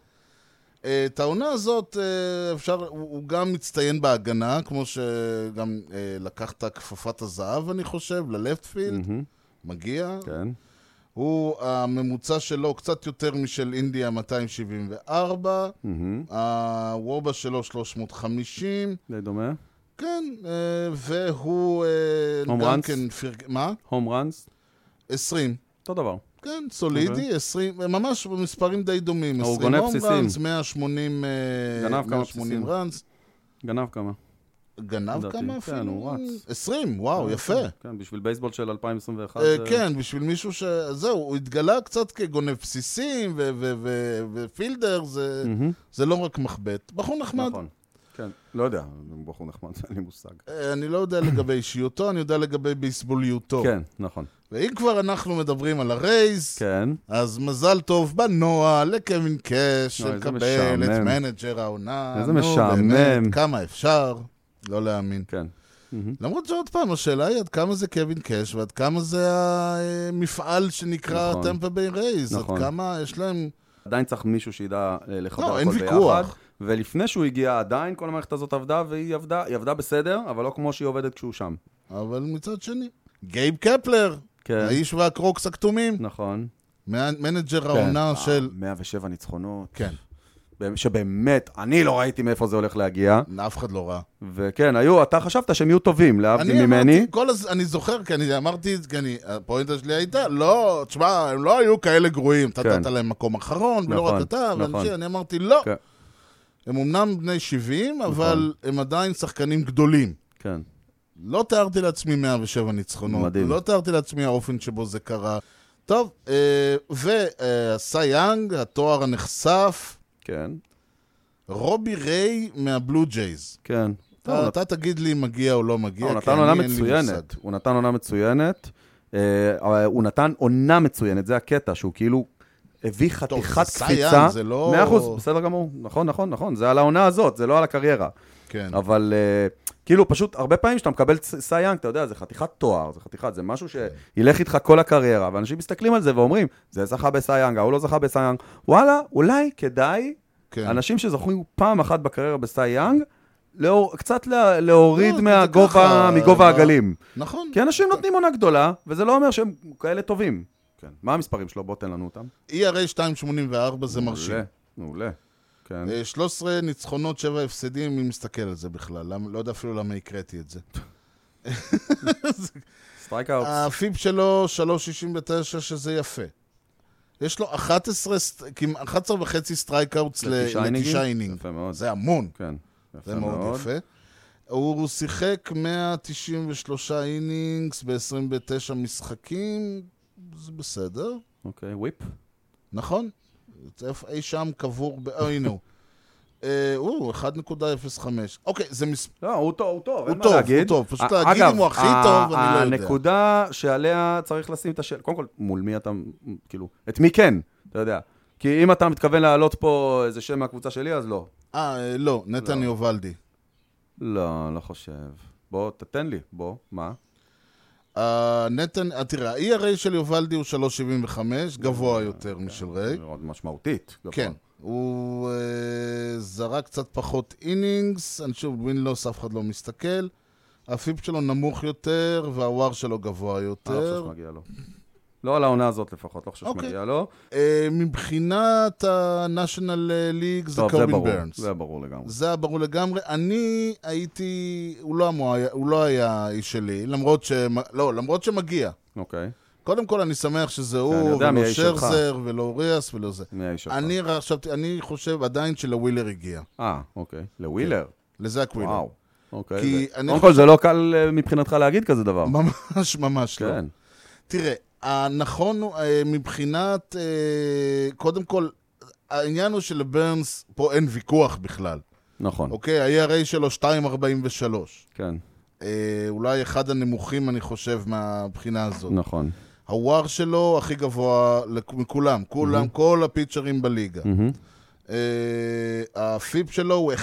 [SPEAKER 2] אה, את העונה הזאת אה, אפשר, הוא הוא גם מצטיין בהגנה, כמו שגם אה, לקח את הכפפת הזהב, אני חושב, ללפטפילד,
[SPEAKER 1] מהמם,
[SPEAKER 2] מגיע.
[SPEAKER 1] כן.
[SPEAKER 2] הוא, הממוצע שלו קצת יותר משל אינדיה 274,
[SPEAKER 1] מהמם.
[SPEAKER 2] הוובה שלו 350,
[SPEAKER 1] די דומה.
[SPEAKER 2] כן, אה, והוא אה,
[SPEAKER 1] הום
[SPEAKER 2] גם
[SPEAKER 1] ראנס?
[SPEAKER 2] כן פירק... מה?
[SPEAKER 1] הום ראנס,
[SPEAKER 2] 20.
[SPEAKER 1] אותו דבר.
[SPEAKER 2] כן, סולידי, 20, ממש במספרים די דומים.
[SPEAKER 1] אוקיי. הוא
[SPEAKER 2] 20
[SPEAKER 1] גונב
[SPEAKER 2] הום
[SPEAKER 1] בסיסים.
[SPEAKER 2] ראנס, 180, אה,
[SPEAKER 1] גנב כמה
[SPEAKER 2] 180
[SPEAKER 1] בסיסים.
[SPEAKER 2] ראנס.
[SPEAKER 1] גנב כמה.
[SPEAKER 2] גנב
[SPEAKER 1] לדעתי.
[SPEAKER 2] כמה
[SPEAKER 1] כן,
[SPEAKER 2] אפילו?
[SPEAKER 1] הוא רץ.
[SPEAKER 2] 20, וואו, יפה.
[SPEAKER 1] כן, בשביל בייסבול של 2021.
[SPEAKER 2] אה,
[SPEAKER 1] זה-
[SPEAKER 2] כן, בשביל מישהו ש... זהו, הוא התגלה קצת כגונב בסיסים ו- ו- ו- ופילדר, זה-
[SPEAKER 1] מהמם,
[SPEAKER 2] זה לא רק מחבט. בחור נחמד.
[SPEAKER 1] נכון. כן, לא יודע, הוא בחור נחמד, אין לי מושג.
[SPEAKER 2] אה, אני לא יודע לגבי אישיותו, אני יודע לגבי בייסבוליותו.
[SPEAKER 1] כן, נכון.
[SPEAKER 2] ואם כבר אנחנו מדברים על הרייז,
[SPEAKER 1] כן,
[SPEAKER 2] אז מזל טוב בנועה לקווין קאש,
[SPEAKER 1] אוי, איזה
[SPEAKER 2] שמקבל את
[SPEAKER 1] משעמם.
[SPEAKER 2] מנג'ר העונה.
[SPEAKER 1] איזה
[SPEAKER 2] נו,
[SPEAKER 1] משעמם.
[SPEAKER 2] באמת, כמה אפשר, לא להאמין.
[SPEAKER 1] כן. מהמם.
[SPEAKER 2] למרות שעוד פעם, השאלה היא עד כמה זה קווין קאש ועד כמה זה המפעל שנקרא
[SPEAKER 1] נכון.
[SPEAKER 2] טמפה ביי רייז. עד
[SPEAKER 1] נכון.
[SPEAKER 2] כמה יש להם...
[SPEAKER 1] עדיין צריך מישהו שידע אה, לחבר
[SPEAKER 2] לא,
[SPEAKER 1] הכל
[SPEAKER 2] אין
[SPEAKER 1] ביחד.
[SPEAKER 2] ויכוח.
[SPEAKER 1] ולפני שהוא הגיע עדיין, כל המערכת הזאת עבדה, והיא עבדה, היא עבדה בסדר, אבל לא כמו שהיא עובדת כשהוא שם.
[SPEAKER 2] אבל מצד שני, גייב קפלר,
[SPEAKER 1] כן,
[SPEAKER 2] האיש והקרוקס הכתומים,
[SPEAKER 1] נכון.
[SPEAKER 2] מנג'ר
[SPEAKER 1] כן.
[SPEAKER 2] העונה
[SPEAKER 1] אה,
[SPEAKER 2] של...
[SPEAKER 1] 107 ניצחונות.
[SPEAKER 2] כן,
[SPEAKER 1] באמת- שבאמת, אני לא ראיתי מאיפה זה הולך להגיע.
[SPEAKER 2] אף אחד לא ראה.
[SPEAKER 1] וכן, היו, אתה חשבת שהם יהיו טובים, להבדיל
[SPEAKER 2] אני
[SPEAKER 1] ממני.
[SPEAKER 2] אמרתי, כל הז... אני זוכר, כי אני אמרתי, כי אני, הפואנטה שלי הייתה, לא, תשמע, הם לא היו כאלה גרועים. אתה
[SPEAKER 1] כן.
[SPEAKER 2] נתת להם מקום אחרון, ולא
[SPEAKER 1] נכון,
[SPEAKER 2] רק אתה,
[SPEAKER 1] נכון.
[SPEAKER 2] ואנשים, אני אמרתי, לא.
[SPEAKER 1] כן. נכון.
[SPEAKER 2] הם אמנם בני 70, אבל הם עדיין שחקנים גדולים.
[SPEAKER 1] כן,
[SPEAKER 2] לא תיארתי לעצמי 107 ניצחונות.
[SPEAKER 1] מדהים.
[SPEAKER 2] לא תיארתי לעצמי האופן שבו זה קרה. טוב, אה, והסי יאנג, התואר הנחשף,
[SPEAKER 1] כן,
[SPEAKER 2] רובי ריי מהבלו ג'ייז.
[SPEAKER 1] כן.
[SPEAKER 2] אתה, אתה תגיד לי אם מגיע או לא מגיע,
[SPEAKER 1] הוא
[SPEAKER 2] כי
[SPEAKER 1] נתן
[SPEAKER 2] אני,
[SPEAKER 1] עונה
[SPEAKER 2] אין לי מושג.
[SPEAKER 1] מצוינת, הוא נתן עונה מצוינת, אה, אבל הוא נתן עונה מצוינת, זה הקטע, שהוא כאילו הביא חתיכת
[SPEAKER 2] זה סייאן,
[SPEAKER 1] קפיצה.
[SPEAKER 2] זה לא-
[SPEAKER 1] מאה אחוז, בסדר גמור, נכון, נכון, נכון, זה על העונה הזאת, זה לא על הקריירה.
[SPEAKER 2] כן.
[SPEAKER 1] אבל אה, כאילו, פשוט, הרבה פעמים כשאתה מקבל ס- סייאנג, אתה יודע, זה חתיכת תואר, זה חתיכת, זה משהו
[SPEAKER 2] כן.
[SPEAKER 1] שילך איתך כל הקריירה, ואנשים מסתכלים על זה ואומרים, זה זכה בסייאנג, ההוא לא זכה בסייאנג, וואלה, אולי כדאי
[SPEAKER 2] כן.
[SPEAKER 1] אנשים שזכו פעם אחת בקריירה בסי יאנג, לאור, קצת לה, להוריד
[SPEAKER 2] לא,
[SPEAKER 1] לא,
[SPEAKER 2] זה
[SPEAKER 1] מהגובה,
[SPEAKER 2] ככה,
[SPEAKER 1] מגובה
[SPEAKER 2] מה-
[SPEAKER 1] הגלים.
[SPEAKER 2] נכון.
[SPEAKER 1] כי אנשים נותנים עונה גדולה, וזה לא אומר שהם כאלה טובים. כן. מה המספרים שלו? בוא תן לנו אותם.
[SPEAKER 2] ERA 284 זה מרשים.
[SPEAKER 1] מעולה, מעולה. כן.
[SPEAKER 2] אה, 13 ניצחונות, 7 הפסדים, מי מסתכל על זה בכלל? למה- לא יודע אפילו למה הקראתי את זה.
[SPEAKER 1] סטרייק אאוט.
[SPEAKER 2] הפיפ שלו 3.69, שזה יפה. יש לו 11, סט- כמעט 11 וחצי סטרייק אאוטס
[SPEAKER 1] לתשעה
[SPEAKER 2] לתשעה
[SPEAKER 1] אינינגים?
[SPEAKER 2] אינינג.
[SPEAKER 1] יפה מאוד.
[SPEAKER 2] זה המון,
[SPEAKER 1] כן.
[SPEAKER 2] זה מאוד יפה. הוא שיחק 193 אינינגס ב-29 משחקים, זה בסדר.
[SPEAKER 1] אוקיי, וויפ.
[SPEAKER 2] נכון? זה איפה- אי שם קבור, ב- אה, הנה הוא. אה, הוא 1.05. אוקיי, זה מס...
[SPEAKER 1] לא, הוא טוב, הוא טוב,
[SPEAKER 2] הוא
[SPEAKER 1] אין מה
[SPEAKER 2] טוב,
[SPEAKER 1] להגיד.
[SPEAKER 2] הוא טוב. פשוט
[SPEAKER 1] א-
[SPEAKER 2] להגיד
[SPEAKER 1] אגב,
[SPEAKER 2] אם הוא הכי
[SPEAKER 1] ה-
[SPEAKER 2] טוב, אני לא יודע.
[SPEAKER 1] הנקודה שעליה צריך לשים את השאלה, קודם כל, מול מי אתה, כאילו, את מי כן, אתה יודע. כי אם אתה מתכוון להעלות פה איזה שם מהקבוצה שלי, אז לא.
[SPEAKER 2] אה, אה, לא, נתן
[SPEAKER 1] לא.
[SPEAKER 2] יובלדי.
[SPEAKER 1] לא, לא חושב. בוא, תתן לי, בוא, מה?
[SPEAKER 2] אוקיי. אה, נתן, אה, תראה, ה-ERA של יובלדי הוא 3.75,
[SPEAKER 1] לא,
[SPEAKER 2] גבוה יותר משל ריי.
[SPEAKER 1] מאוד משמעותית. כן, לא נכון. גבוה.
[SPEAKER 2] כן. הוא אה, זרק קצת פחות אינינגס, אני שוב, ווינלוס אף אחד לא מסתכל. הפיפ שלו נמוך יותר, והוואר שלו גבוה
[SPEAKER 1] אני לא חושב
[SPEAKER 2] יותר.
[SPEAKER 1] שמגיע לו. לא על העונה הזאת לפחות, לא חושב
[SPEAKER 2] אוקיי.
[SPEAKER 1] שמגיע לו.
[SPEAKER 2] אה, מבחינת ה-National אה, League זה
[SPEAKER 1] טוב, זה
[SPEAKER 2] קובין
[SPEAKER 1] ברור,
[SPEAKER 2] ברנס.
[SPEAKER 1] זה ברור לגמרי.
[SPEAKER 2] זה היה ברור לגמרי. אני הייתי... הוא לא, המוע... הוא לא היה איש שלי, למרות ש... לא, למרות שמגיע.
[SPEAKER 1] אוקיי,
[SPEAKER 2] קודם כל, אני שמח שזה
[SPEAKER 1] כן, אני
[SPEAKER 2] הוא,
[SPEAKER 1] יודע מי
[SPEAKER 2] ולא
[SPEAKER 1] האיש שלך.
[SPEAKER 2] שרזר, ולא אוריאס, ולא זה.
[SPEAKER 1] מי האיש שלך?
[SPEAKER 2] אני חשבתי, אני חושב עדיין שלווילר הגיע.
[SPEAKER 1] אה, אוקיי. לווילר?
[SPEAKER 2] לזאק כן, ווילר.
[SPEAKER 1] וואו. אוקיי.
[SPEAKER 2] כי
[SPEAKER 1] זה-
[SPEAKER 2] אני
[SPEAKER 1] קודם
[SPEAKER 2] חושב-
[SPEAKER 1] כל, זה לא קל אה, מבחינתך להגיד כזה דבר.
[SPEAKER 2] ממש ממש לא.
[SPEAKER 1] כן.
[SPEAKER 2] תראה, הנכון הוא אה, מבחינת... אה, קודם כל, העניין הוא שלברנס, פה אין ויכוח בכלל.
[SPEAKER 1] נכון,
[SPEAKER 2] אוקיי, ה-ERA שלו 243.
[SPEAKER 1] כן,
[SPEAKER 2] אה, אולי אחד הנמוכים, אני חושב, מהבחינה הזאת.
[SPEAKER 1] נכון.
[SPEAKER 2] הוואר שלו הכי גבוה לכ- מכולם, כולם, כל הפיצ'רים בליגה.
[SPEAKER 1] מהמם.
[SPEAKER 2] אה, הפיפ שלו הוא 1.63,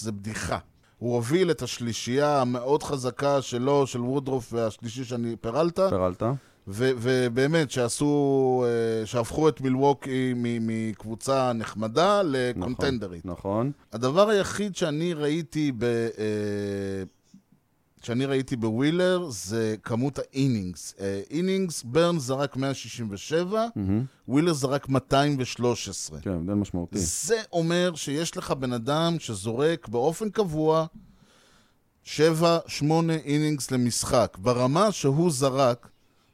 [SPEAKER 2] זה בדיחה. הוא הוביל את השלישייה המאוד חזקה שלו, של וודרוף והשלישי שאני, פרלטה,
[SPEAKER 1] פרלטה,
[SPEAKER 2] ו- ובאמת, שעשו, אה, שהפכו את מילווקי מ- מקבוצה נחמדה
[SPEAKER 1] נכון,
[SPEAKER 2] לקונטנדרית.
[SPEAKER 1] נכון.
[SPEAKER 2] הדבר היחיד שאני ראיתי ב... אה, שאני ראיתי בווילר זה כמות האינינגס. אה, אינינגס, ברן זרק 167,
[SPEAKER 1] מהמם.
[SPEAKER 2] ווילר זרק 213.
[SPEAKER 1] כן, הבדל משמעותי.
[SPEAKER 2] זה אומר שיש לך בן אדם שזורק באופן קבוע 7, 8 אינינגס למשחק. ברמה שהוא זרק,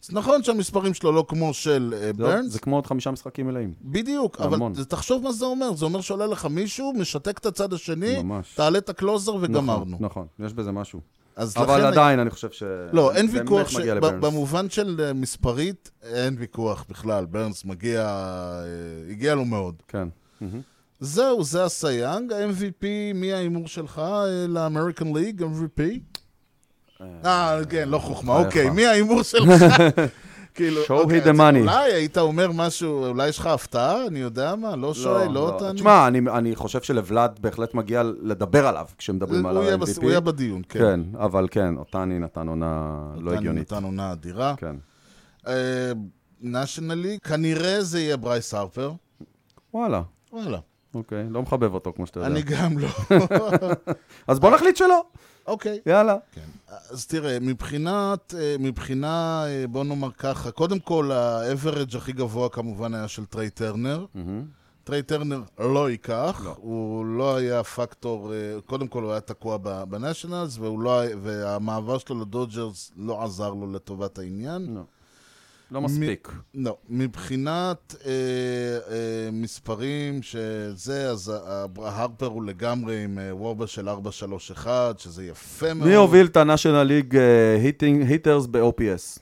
[SPEAKER 2] אז נכון שהמספרים שלו לא כמו של אה,
[SPEAKER 1] זה-
[SPEAKER 2] ברנס,
[SPEAKER 1] זה כמו עוד חמישה משחקים מלאים.
[SPEAKER 2] בדיוק,
[SPEAKER 1] זה
[SPEAKER 2] אבל
[SPEAKER 1] המון.
[SPEAKER 2] זה- תחשוב מה זה אומר. זה אומר שעולה לך מישהו, משתק את הצד השני,
[SPEAKER 1] ממש.
[SPEAKER 2] תעלה את הקלוזר
[SPEAKER 1] נכון,
[SPEAKER 2] וגמרנו.
[SPEAKER 1] נכון, יש בזה משהו.
[SPEAKER 2] אז
[SPEAKER 1] אבל
[SPEAKER 2] לכן-
[SPEAKER 1] עדיין אני חושב ש...
[SPEAKER 2] לא, אין
[SPEAKER 1] באמת
[SPEAKER 2] ויכוח, ש-
[SPEAKER 1] מגיע
[SPEAKER 2] ב-
[SPEAKER 1] לברנס.
[SPEAKER 2] במובן של אה, מספרית, אין ויכוח בכלל. ברנס מגיע, אה, הגיע לו מאוד.
[SPEAKER 1] כן. מהמם.
[SPEAKER 2] זהו, זה הסייאנג, ה-MVP, מי ההימור שלך אה, לאמריקן ליג, MVP? אה, כן, לא חוכמה,
[SPEAKER 1] בחייך.
[SPEAKER 2] אוקיי, מי ההימור שלך? כאילו,
[SPEAKER 1] אה. Show
[SPEAKER 2] אוקיי,
[SPEAKER 1] me the
[SPEAKER 2] אז
[SPEAKER 1] money.
[SPEAKER 2] אולי היית אומר משהו, אולי יש לך הפתעה, אני יודע מה, לא שי, לא אותנו.
[SPEAKER 1] תשמע, אני, אני חושב שלוולד בהחלט מגיע לדבר עליו כשמדברים על
[SPEAKER 2] הוא יהיה בס-
[SPEAKER 1] ה-MVP.
[SPEAKER 2] הוא יהיה בדיון, כן.
[SPEAKER 1] כן, אבל כן, אותני נתן עונה לא
[SPEAKER 2] נתן-
[SPEAKER 1] הגיונית.
[SPEAKER 2] נתן עונה אדירה.
[SPEAKER 1] כן.
[SPEAKER 2] נשיונלי, כנראה זה יהיה ברייס הרפר.
[SPEAKER 1] וואלה,
[SPEAKER 2] וואלה.
[SPEAKER 1] אוקיי, לא מחבב אותו כמו שאתה יודע.
[SPEAKER 2] אני גם לא.
[SPEAKER 1] אז בוא נחליט שלא,
[SPEAKER 2] אוקיי.
[SPEAKER 1] יאללה.
[SPEAKER 2] אז תראה, מבחינת, אה, מבחינה, אה, בוא נאמר ככה, קודם כל, האברג' הכי גבוה כמובן היה של טריי טרנר.
[SPEAKER 1] מהמם.
[SPEAKER 2] טריי טרנר לא ייקח, הוא לא היה פקטור, אה, קודם כל הוא היה תקוע ב- בנשיונלס, והוא לא היה- והמעבר שלו לדודג'רס לא עזר לו לטובת העניין.
[SPEAKER 1] לא. לא מספיק.
[SPEAKER 2] לא, מבחינת אה, אה, מספרים שזה, אז ה- ה- ההרפר הוא לגמרי עם אה, וובה של 431, שזה יפה מאוד.
[SPEAKER 1] מי הוביל את ה-National League אה, היטרס ב-OPS?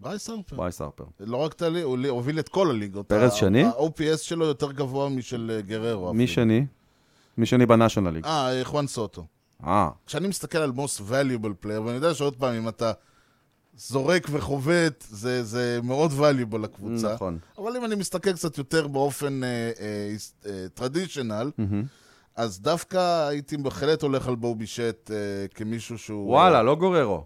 [SPEAKER 2] ברייס הרפר.
[SPEAKER 1] ברייס הרפר.
[SPEAKER 2] לא רק את הליגה, הוא הוביל את כל הליגות.
[SPEAKER 1] פרז
[SPEAKER 2] ה-
[SPEAKER 1] שני?
[SPEAKER 2] ה-OPS שלו יותר גבוה משל אה, גררו.
[SPEAKER 1] מי
[SPEAKER 2] אפילו.
[SPEAKER 1] שני? מי שני ב-National League.
[SPEAKER 2] אה, אה, חואן סוטו.
[SPEAKER 1] אה,
[SPEAKER 2] כשאני מסתכל על most valuable player, ואני יודע שעוד פעם, אם אתה זורק וחובט, זה, זה מאוד valuable לקבוצה.
[SPEAKER 1] נכון.
[SPEAKER 2] אבל אם אני מסתכל קצת יותר באופן אה, טרדישיונל,
[SPEAKER 1] מהמם.
[SPEAKER 2] אז דווקא הייתי בהחלט הולך על בובי שט אה, כמישהו שהוא... אה,
[SPEAKER 1] וואלה, לא גוררו.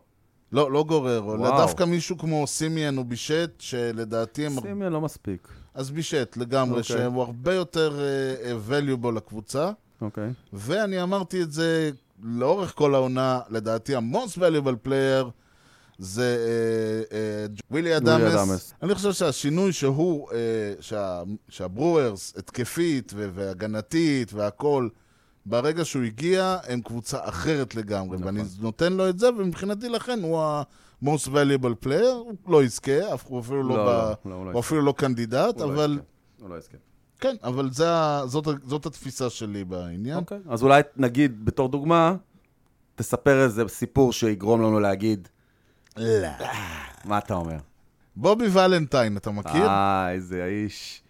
[SPEAKER 2] לא, לא גורר, אלא
[SPEAKER 1] וואו.
[SPEAKER 2] דווקא מישהו כמו סימיאן או בישט, שלדעתי הם... הרבה-
[SPEAKER 1] סימיון לא מספיק.
[SPEAKER 2] אז בישט לגמרי, okay.
[SPEAKER 1] אוקיי.
[SPEAKER 2] שהוא הרבה יותר אה, אה, valuable לקבוצה.
[SPEAKER 1] אוקיי.
[SPEAKER 2] ואני אמרתי את זה לאורך כל העונה, לדעתי ה-most valuable player זה אה, אה, ווילי אדמס.
[SPEAKER 1] אדמס.
[SPEAKER 2] אני חושב שהשינוי שהוא, אה, שה, שהברוארס התקפית ו- והגנתית והכול, ברגע שהוא הגיע, הם קבוצה אחרת לגמרי. נכון. ואני נותן לו את זה, ומבחינתי לכן הוא ה-most valuable player, הוא לא יזכה, אף- הוא אפילו לא,
[SPEAKER 1] לא,
[SPEAKER 2] לא,
[SPEAKER 1] לא,
[SPEAKER 2] ב...
[SPEAKER 1] לא, הוא לא
[SPEAKER 2] הוא
[SPEAKER 1] יזכה.
[SPEAKER 2] אפילו לא קנדידט,
[SPEAKER 1] הוא לא
[SPEAKER 2] אבל...
[SPEAKER 1] יזכה. הוא לא יזכה.
[SPEAKER 2] כן, אבל זה, ה- זאת, ה- זאת התפיסה שלי בעניין.
[SPEAKER 1] אוקיי. אז אולי נגיד, בתור דוגמה, תספר איזה סיפור שיגרום לנו להגיד, "אה,
[SPEAKER 2] לא.
[SPEAKER 1] מה אתה אומר?
[SPEAKER 2] בובי ולנטיין, אתה מכיר?
[SPEAKER 1] אה, איזה האיש.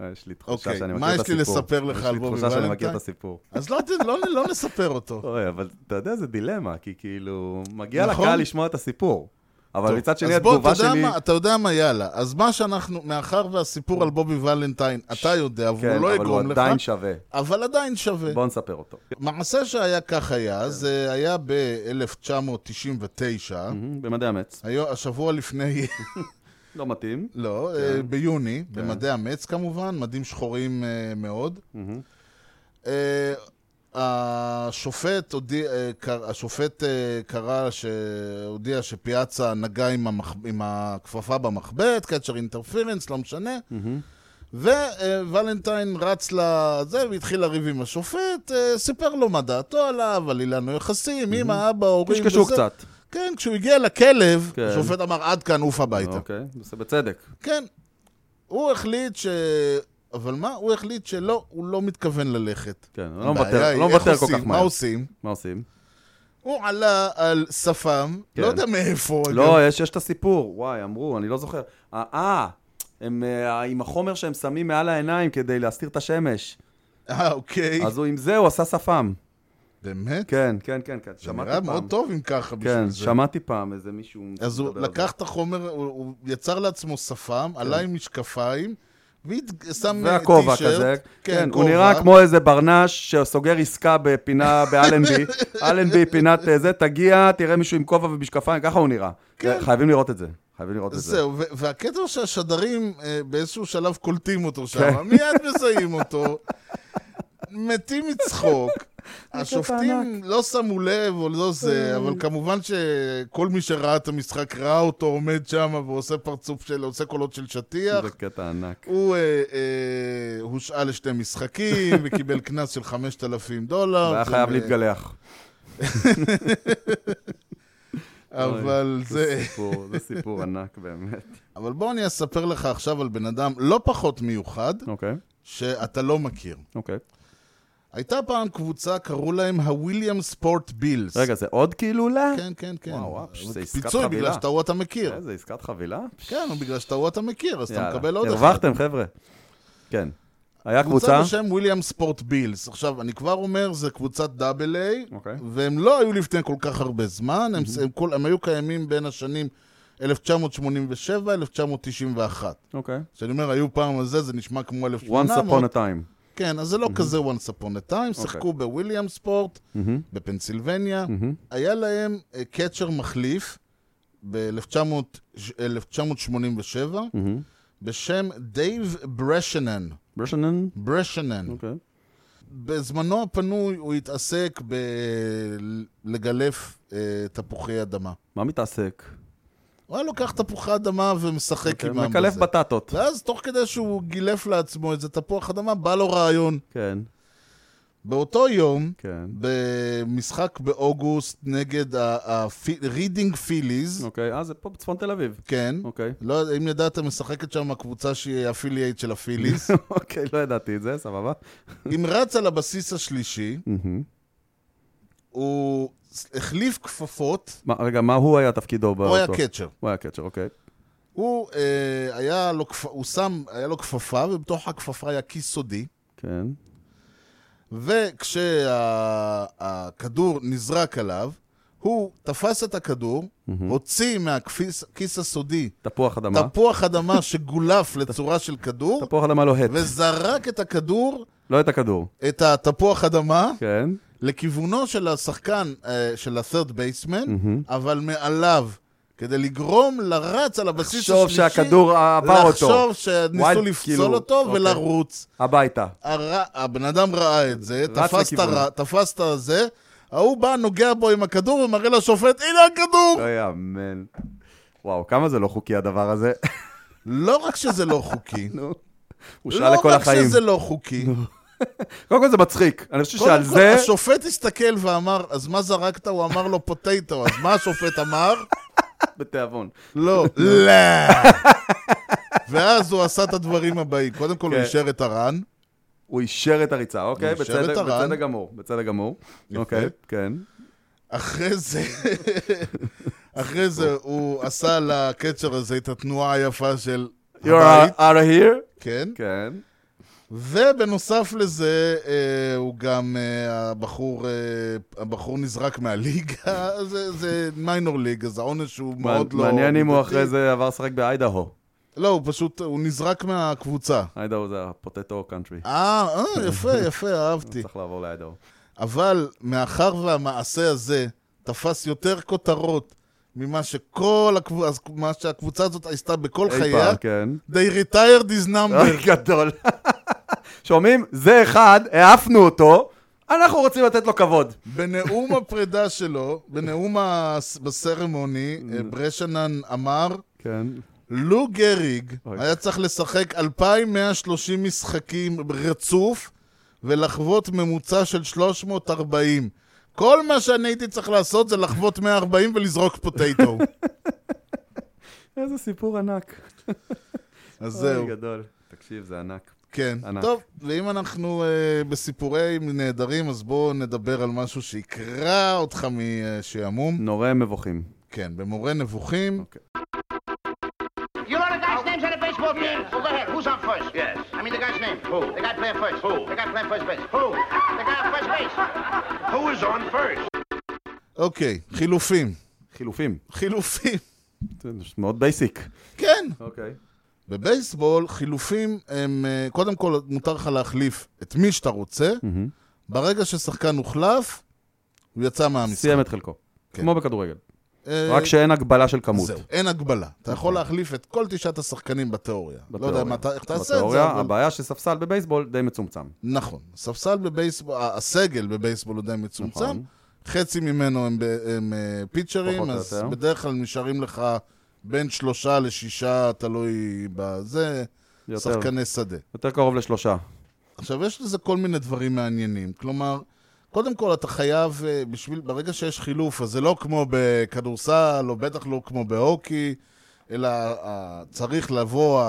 [SPEAKER 1] אה, יש לי תחושה
[SPEAKER 2] כן. אוקיי,
[SPEAKER 1] שאני מכיר את הסיפור.
[SPEAKER 2] מה יש לי לספר לך על בובי
[SPEAKER 1] יש לי תחושה שאני מכיר
[SPEAKER 2] ולנטיין?
[SPEAKER 1] את הסיפור.
[SPEAKER 2] אז לא, ת- לא, לא נספר אותו.
[SPEAKER 1] אוי, אבל אתה יודע, זה דילמה, כי כאילו, מגיע
[SPEAKER 2] נכון.
[SPEAKER 1] לקהל לשמוע את הסיפור. אבל מצד שני,
[SPEAKER 2] אז בוא, אתה
[SPEAKER 1] התגובה
[SPEAKER 2] יודע
[SPEAKER 1] שלי...
[SPEAKER 2] מה, אתה יודע מה, יאללה. אז מה שאנחנו, מאחר והסיפור על בובי ולנטיין, אתה יודע, והוא
[SPEAKER 1] כן,
[SPEAKER 2] לא
[SPEAKER 1] אבל הוא
[SPEAKER 2] יגרום לך,
[SPEAKER 1] עדיין שווה.
[SPEAKER 2] אבל עדיין שווה.
[SPEAKER 1] בוא נספר אותו.
[SPEAKER 2] מעשה שהיה כך היה, זה היה ב-1999,
[SPEAKER 1] מהמם, במדעי המץ.
[SPEAKER 2] השבוע לפני
[SPEAKER 1] לא מתאים.
[SPEAKER 2] לא, אה,
[SPEAKER 1] כן.
[SPEAKER 2] ביוני, במדי המץ כמובן, מדים שחורים אה, מאוד. אה, השופט הודיע- אה, קר- השופט אה, קרא, ש- הודיע שפיאצה נגע עם המח- עם הכפפה במחבט, קצ'ר אינטרפירנס, לא משנה. וולנטיין רץ לזה והתחיל לריב עם השופט, אה, סיפר לו מה דעתו עליו, על אילן היחסים, אמא, אבא, הורים
[SPEAKER 1] קשקשו קצת.
[SPEAKER 2] כן, כשהוא הגיע לכלב,
[SPEAKER 1] כן.
[SPEAKER 2] השופט אמר, עד כאן, עוף הביתה.
[SPEAKER 1] אוקיי, בסדר, בצדק.
[SPEAKER 2] כן. הוא החליט ש... אבל מה? הוא החליט שלא, הוא לא מתכוון ללכת.
[SPEAKER 1] כן, הוא לא
[SPEAKER 2] הבעיה
[SPEAKER 1] מוותר-
[SPEAKER 2] היא
[SPEAKER 1] לא
[SPEAKER 2] איך
[SPEAKER 1] מוותר כל
[SPEAKER 2] עושים,
[SPEAKER 1] כך
[SPEAKER 2] מה
[SPEAKER 1] מהר.
[SPEAKER 2] עושים?
[SPEAKER 1] מה עושים?
[SPEAKER 2] הוא עלה על שפם,
[SPEAKER 1] כן.
[SPEAKER 2] לא יודע מאיפה,
[SPEAKER 1] לא,
[SPEAKER 2] אגב.
[SPEAKER 1] יש יש את הסיפור. וואי, אמרו, אני לא זוכר. אה, אה, הם אה, עם החומר שהם שמים מעל העיניים כדי להסתיר את השמש.
[SPEAKER 2] אה, אוקיי.
[SPEAKER 1] אז הוא עם זה, הוא עשה שפם.
[SPEAKER 2] באמת?
[SPEAKER 1] כן, כן, כן, כן.
[SPEAKER 2] זה
[SPEAKER 1] שמעתי
[SPEAKER 2] נראה
[SPEAKER 1] פעם.
[SPEAKER 2] מאוד טוב אם ככה בשביל
[SPEAKER 1] כן,
[SPEAKER 2] זה.
[SPEAKER 1] שמעתי פעם איזה מישהו...
[SPEAKER 2] אז הוא
[SPEAKER 1] מדבר על זה. כן.
[SPEAKER 2] לקח את החומר, הוא- הוא יצר לעצמו שפם, עלה עם משקפיים, ושם
[SPEAKER 1] והכובע
[SPEAKER 2] טישרט.
[SPEAKER 1] כזה. כן, הוא
[SPEAKER 2] כובע.
[SPEAKER 1] נראה כמו איזה ברנש שסוגר עסקה בפינה באלנבי. אלנבי, פינת אה, זה, תגיע, תראה מישהו עם כובע ומשקפיים, ככה הוא נראה.
[SPEAKER 2] כן.
[SPEAKER 1] חייבים לראות את זה. חייבים לראות את זה.
[SPEAKER 2] זהו, ו- והקטע הוא שהשדרים אה, באיזשהו שלב קולטים אותו
[SPEAKER 1] כן.
[SPEAKER 2] שם, מיד מזהים אותו, מתים מצחוק. השופטים לא שמו לב או לא זה, אבל כמובן שכל מי שראה את המשחק ראה אותו עומד שם ועושה פרצוף של, עושה קולות של שטיח.
[SPEAKER 1] זה קטע ענק.
[SPEAKER 2] הוא אה, אה, הושעה לשתי משחקים וקיבל קנס של 5,000 דולר.
[SPEAKER 1] והיה
[SPEAKER 2] זה
[SPEAKER 1] חייב
[SPEAKER 2] מ-
[SPEAKER 1] להתגלח.
[SPEAKER 2] אבל
[SPEAKER 1] אוי,
[SPEAKER 2] זה...
[SPEAKER 1] סיפור, זה סיפור ענק באמת.
[SPEAKER 2] אבל בוא אני אספר לך עכשיו על בן אדם לא פחות מיוחד,
[SPEAKER 1] אוקיי,
[SPEAKER 2] שאתה לא מכיר.
[SPEAKER 1] אוקיי.
[SPEAKER 2] הייתה פעם קבוצה, קראו להם הוויליאם ספורט בילס.
[SPEAKER 1] רגע, זה עוד כאילו לה?
[SPEAKER 2] כן, כן, כן.
[SPEAKER 1] וואו, וואו, זה עסקת
[SPEAKER 2] פיצוי
[SPEAKER 1] חבילה.
[SPEAKER 2] בגלל שאתה הוא אתה מכיר.
[SPEAKER 1] איזה עסקת חבילה?
[SPEAKER 2] כן, בגלל שאתה הוא אתה מכיר, אז אתה
[SPEAKER 1] יאללה.
[SPEAKER 2] מקבל עוד אחד.
[SPEAKER 1] הרווחתם, חבר'ה. כן. היה
[SPEAKER 2] קבוצה
[SPEAKER 1] קבוצה?
[SPEAKER 2] בשם וויליאם ספורט בילס. עכשיו, אני כבר אומר, זה קבוצת דאבל איי,
[SPEAKER 1] אוקיי. Mhm.
[SPEAKER 2] והם לא היו לפני כל כך הרבה זמן, הם, הם, כל, הם היו קיימים בין השנים 1987-1991.
[SPEAKER 1] אוקיי.
[SPEAKER 2] כשאני אומר, היו פעם הזה, זה נשמע כמו
[SPEAKER 1] once
[SPEAKER 2] 1800.
[SPEAKER 1] upon a Mhm. time.
[SPEAKER 2] כן, אז זה לא כזה once upon a
[SPEAKER 1] אוקיי.
[SPEAKER 2] time, שיחקו בוויליאם ספורט,
[SPEAKER 1] מהמם.
[SPEAKER 2] בפנסילבניה.
[SPEAKER 1] מהמם.
[SPEAKER 2] היה להם אה, קצ'ר מחליף ב-1987
[SPEAKER 1] מהמם.
[SPEAKER 2] בשם דייב ברשנן.
[SPEAKER 1] ברשנן?
[SPEAKER 2] ברשנן.
[SPEAKER 1] אוקיי.
[SPEAKER 2] בזמנו הפנוי הוא התעסק בלגלף אה, תפוחי אדמה.
[SPEAKER 1] מה מתעסק?
[SPEAKER 2] הוא היה לוקח תפוחי אדמה ומשחק עימם בזה.
[SPEAKER 1] אוקיי, מקלף בטטות.
[SPEAKER 2] ואז תוך כדי שהוא גילף לעצמו איזה תפוח אדמה, בא לו רעיון.
[SPEAKER 1] כן,
[SPEAKER 2] באותו יום,
[SPEAKER 1] כן.
[SPEAKER 2] במשחק באוגוסט נגד ה-reading פיליז,
[SPEAKER 1] אוקיי, אה, זה פה בצפון תל אביב.
[SPEAKER 2] כן,
[SPEAKER 1] אוקיי.
[SPEAKER 2] לא, יודע, אם ידעתם, משחקת שם הקבוצה שהיא האפיליאט של הפיליז,
[SPEAKER 1] אוקיי, לא ידעתי את זה, סבבה.
[SPEAKER 2] אם רץ על הבסיס השלישי,
[SPEAKER 1] מהמם.
[SPEAKER 2] הוא החליף כפפות,
[SPEAKER 1] מה- רגע, מה הוא היה תפקידו באותו?
[SPEAKER 2] הוא היה קצ'ר.
[SPEAKER 1] הוא היה קצ'ר, אוקיי.
[SPEAKER 2] הוא אה, היה לו כפ- הוא שם, היה לו כפפה, ובתוך הכפפה היה כיס סודי,
[SPEAKER 1] כן.
[SPEAKER 2] וכשהכדור נזרק עליו, הוא תפס את הכדור,
[SPEAKER 1] מהמם.
[SPEAKER 2] הוציא מהכיס כיס הסודי
[SPEAKER 1] תפוח אדמה.
[SPEAKER 2] תפוח אדמה שגולף לצורה של כדור,
[SPEAKER 1] תפוח אדמה לוהט.
[SPEAKER 2] וזרק את הכדור,
[SPEAKER 1] לא את הכדור.
[SPEAKER 2] את התפוח אדמה,
[SPEAKER 1] כן.
[SPEAKER 2] לכיוונו של השחקן, אה, של ה-third baseman,
[SPEAKER 1] מהמם.
[SPEAKER 2] אבל מעליו, כדי לגרום לרץ על הבסיס השלישי,
[SPEAKER 1] לחשוב שהכדור עבר אותו.
[SPEAKER 2] לחשוב שניסו
[SPEAKER 1] וואי,
[SPEAKER 2] לפסול
[SPEAKER 1] כאילו,
[SPEAKER 2] אותו
[SPEAKER 1] אוקיי.
[SPEAKER 2] ולרוץ.
[SPEAKER 1] הביתה.
[SPEAKER 2] הר... הבן אדם ראה את זה,
[SPEAKER 1] רץ
[SPEAKER 2] תפס את
[SPEAKER 1] לכיוונו.
[SPEAKER 2] הר- תפס את הזה, ההוא בא, נוגע בו עם הכדור ומראה לשופט, הנה הכדור!
[SPEAKER 1] לא יאמן. וואו, כמה זה לא חוקי הדבר הזה.
[SPEAKER 2] לא רק שזה לא חוקי,
[SPEAKER 1] נו. הוא שאל
[SPEAKER 2] לא
[SPEAKER 1] לכל
[SPEAKER 2] רק
[SPEAKER 1] החיים.
[SPEAKER 2] שזה לא חוקי,
[SPEAKER 1] קודם כל זה מצחיק. אני חושב שעל
[SPEAKER 2] קודם כל,
[SPEAKER 1] זה...
[SPEAKER 2] השופט הסתכל ואמר, אז מה זרקת? הוא אמר לו פוטטו, אז מה השופט אמר?
[SPEAKER 1] בתיאבון.
[SPEAKER 2] לא. לא. ואז הוא עשה את הדברים הבאים. קודם כל הוא
[SPEAKER 1] כן.
[SPEAKER 2] אישר את הרן,
[SPEAKER 1] הוא אישר את הריצה, אוקיי?
[SPEAKER 2] הוא אישר
[SPEAKER 1] בצדק
[SPEAKER 2] את הרן.
[SPEAKER 1] בצדק גמור. בצדק גמור.
[SPEAKER 2] יפה.
[SPEAKER 1] אוקיי, כן.
[SPEAKER 2] אחרי זה... אחרי זה הוא עשה לקצ'ר הזה את התנועה היפה של
[SPEAKER 1] You're
[SPEAKER 2] הבית,
[SPEAKER 1] out of here?
[SPEAKER 2] כן.
[SPEAKER 1] כן.
[SPEAKER 2] ובנוסף לזה, אה, הוא גם, אה, הבחור, אה, הבחור נזרק מהליגה, זה- זה מיינור ליג, אז העונש הוא מאוד
[SPEAKER 1] מע-
[SPEAKER 2] לא...
[SPEAKER 1] מעניין אם הוא
[SPEAKER 2] מידתי.
[SPEAKER 1] אחרי זה עבר לשחק באיידהו.
[SPEAKER 2] לא, הוא פשוט, הוא נזרק מהקבוצה.
[SPEAKER 1] איידהו זה הפוטטו קאנטרי.
[SPEAKER 2] אה, אה, יפה, יפה, אהבתי.
[SPEAKER 1] צריך לעבור לאיידהו.
[SPEAKER 2] אבל מאחר והמעשה הזה תפס יותר כותרות ממה שכל הקבוצה, מה שהקבוצה הזאת עשתה בכל
[SPEAKER 1] אי
[SPEAKER 2] חייה,
[SPEAKER 1] פעם, כן.
[SPEAKER 2] they retired his number.
[SPEAKER 1] אוי, גדול. שומעים? זה אחד, העפנו אותו, אנחנו רוצים לתת לו כבוד.
[SPEAKER 2] בנאום הפרידה שלו, בנאום ה- בסרמוני, אה, ברשנן אמר,
[SPEAKER 1] כן.
[SPEAKER 2] לו גריג
[SPEAKER 1] אוי.
[SPEAKER 2] היה צריך לשחק 2,130 משחקים רצוף ולחוות ממוצע של 340. כל מה שאני הייתי צריך לעשות זה לחוות 140 ולזרוק פוטטו.
[SPEAKER 1] איזה סיפור ענק.
[SPEAKER 2] אז זהו,
[SPEAKER 1] אוי, גדול. תקשיב, זה ענק.
[SPEAKER 2] כן.
[SPEAKER 1] ענק.
[SPEAKER 2] טוב, ואם אנחנו אה, בסיפורי נהדרים, אז בואו נדבר על משהו שיקרע אותך משעמום.
[SPEAKER 1] נורא הם מבוכים.
[SPEAKER 2] כן, במורה נבוכים.
[SPEAKER 4] You know the guy's names on the baseball team? Well, go ahead. Who's on first? Yes. I mean the guy's name. Who? The guy playing first. Who? The guy playing first base. Who? The guy on first base.
[SPEAKER 5] Who is on first?
[SPEAKER 2] אוקיי, חילופים.
[SPEAKER 1] חילופים.
[SPEAKER 2] חילופים.
[SPEAKER 1] זה מאוד בייסיק.
[SPEAKER 2] כן.
[SPEAKER 1] אוקיי.
[SPEAKER 2] בבייסבול, חילופים הם... אה, קודם כל, מותר לך להחליף את מי שאתה רוצה. ברגע ששחקן הוחלף, הוא יצא מהמשחק.
[SPEAKER 1] סיים את חלקו.
[SPEAKER 2] כן.
[SPEAKER 1] כמו בכדורגל.
[SPEAKER 2] אה,
[SPEAKER 1] רק שאין הגבלה של כמות.
[SPEAKER 2] זהו, אין הגבלה. אתה יכול להחליף את כל תשעת השחקנים בתיאוריה. לא יודע
[SPEAKER 1] בתיאוריה.
[SPEAKER 2] מה אתה- איך תעשה את זה,
[SPEAKER 1] בתיאוריה,
[SPEAKER 2] אבל...
[SPEAKER 1] הבעיה שספסל בבייסבול די מצומצם.
[SPEAKER 2] נכון. ספסל בבייסבול, ה- הסגל בבייסבול הוא די מצומצם.
[SPEAKER 1] נכון.
[SPEAKER 2] חצי ממנו הם ב- הם אה, פיצ'רים,
[SPEAKER 1] פחות או
[SPEAKER 2] אז
[SPEAKER 1] יותר.
[SPEAKER 2] בדרך כלל נשארים לך בין שלושה לשישה, תלוי בזה,
[SPEAKER 1] יותר.
[SPEAKER 2] שחקני שדה.
[SPEAKER 1] יותר קרוב לשלושה.
[SPEAKER 2] כן, עכשיו, יש לזה כל מיני דברים מעניינים. כלומר, קודם כל, אתה חייב, אה, בשביל, ברגע שיש חילוף, אז זה לא כמו בכדורסל, או בטח לא כמו בהוקי, אלא אה, צריך לבוא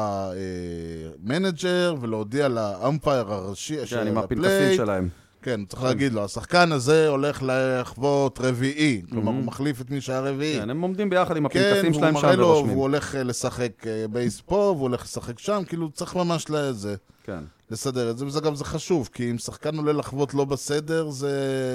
[SPEAKER 2] המנג'ר ולהודיע לאמפייר הראשי, של
[SPEAKER 1] כן, עם הפנקסים
[SPEAKER 2] הפליי.
[SPEAKER 1] שלהם.
[SPEAKER 2] כן, צריך
[SPEAKER 1] נכון.
[SPEAKER 2] להגיד לו, השחקן הזה הולך לחוות רביעי. כלומר, הוא מחליף את מי שהיה רביעי.
[SPEAKER 1] כן, הם עומדים ביחד עם
[SPEAKER 2] כן,
[SPEAKER 1] הפנקסים
[SPEAKER 2] והוא
[SPEAKER 1] שלהם
[SPEAKER 2] מראה
[SPEAKER 1] שם
[SPEAKER 2] לו, והוא
[SPEAKER 1] ורושמים.
[SPEAKER 2] הולך אה, לשחק אה, בייס פה, והוא הולך לשחק שם, כאילו, צריך ממש לזה.
[SPEAKER 1] כן.
[SPEAKER 2] לסדר את זה, וזה גם זה חשוב, כי אם שחקן עולה לחוות לא בסדר, זה...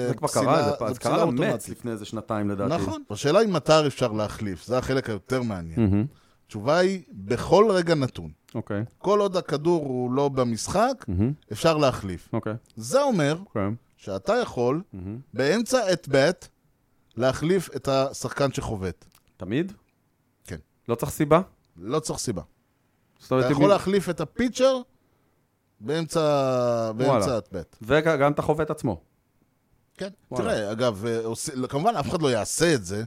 [SPEAKER 1] זה כבר
[SPEAKER 2] פסילה-
[SPEAKER 1] קרה, זה פ- זה
[SPEAKER 2] פסילה
[SPEAKER 1] קרה למץ
[SPEAKER 2] אוטומטית.
[SPEAKER 1] לפני איזה שנתיים לדעתי.
[SPEAKER 2] נכון. השאלה היא מתי אפשר להחליף, זה החלק היותר מעניין.
[SPEAKER 1] מהמם.
[SPEAKER 2] התשובה היא, בכל רגע נתון.
[SPEAKER 1] אוקיי,
[SPEAKER 2] כל עוד הכדור הוא לא במשחק,
[SPEAKER 1] מהמם.
[SPEAKER 2] אפשר להחליף.
[SPEAKER 1] אוקיי,
[SPEAKER 2] זה אומר
[SPEAKER 1] אוקיי.
[SPEAKER 2] שאתה יכול,
[SPEAKER 1] מהמם.
[SPEAKER 2] באמצע את בט, להחליף את השחקן שחובט.
[SPEAKER 1] תמיד?
[SPEAKER 2] כן.
[SPEAKER 1] לא צריך סיבה?
[SPEAKER 2] לא צריך סיבה.
[SPEAKER 1] זאת אומרת,
[SPEAKER 2] אתה
[SPEAKER 1] אם-
[SPEAKER 2] יכול להחליף את הפיצ'ר באמצע
[SPEAKER 1] וואלה.
[SPEAKER 2] את בט.
[SPEAKER 1] וגם את החובט עצמו.
[SPEAKER 2] כן.
[SPEAKER 1] וואלה.
[SPEAKER 2] תראה, אגב, אה, עושה- לא, כמובן אף אחד לא יעשה את זה.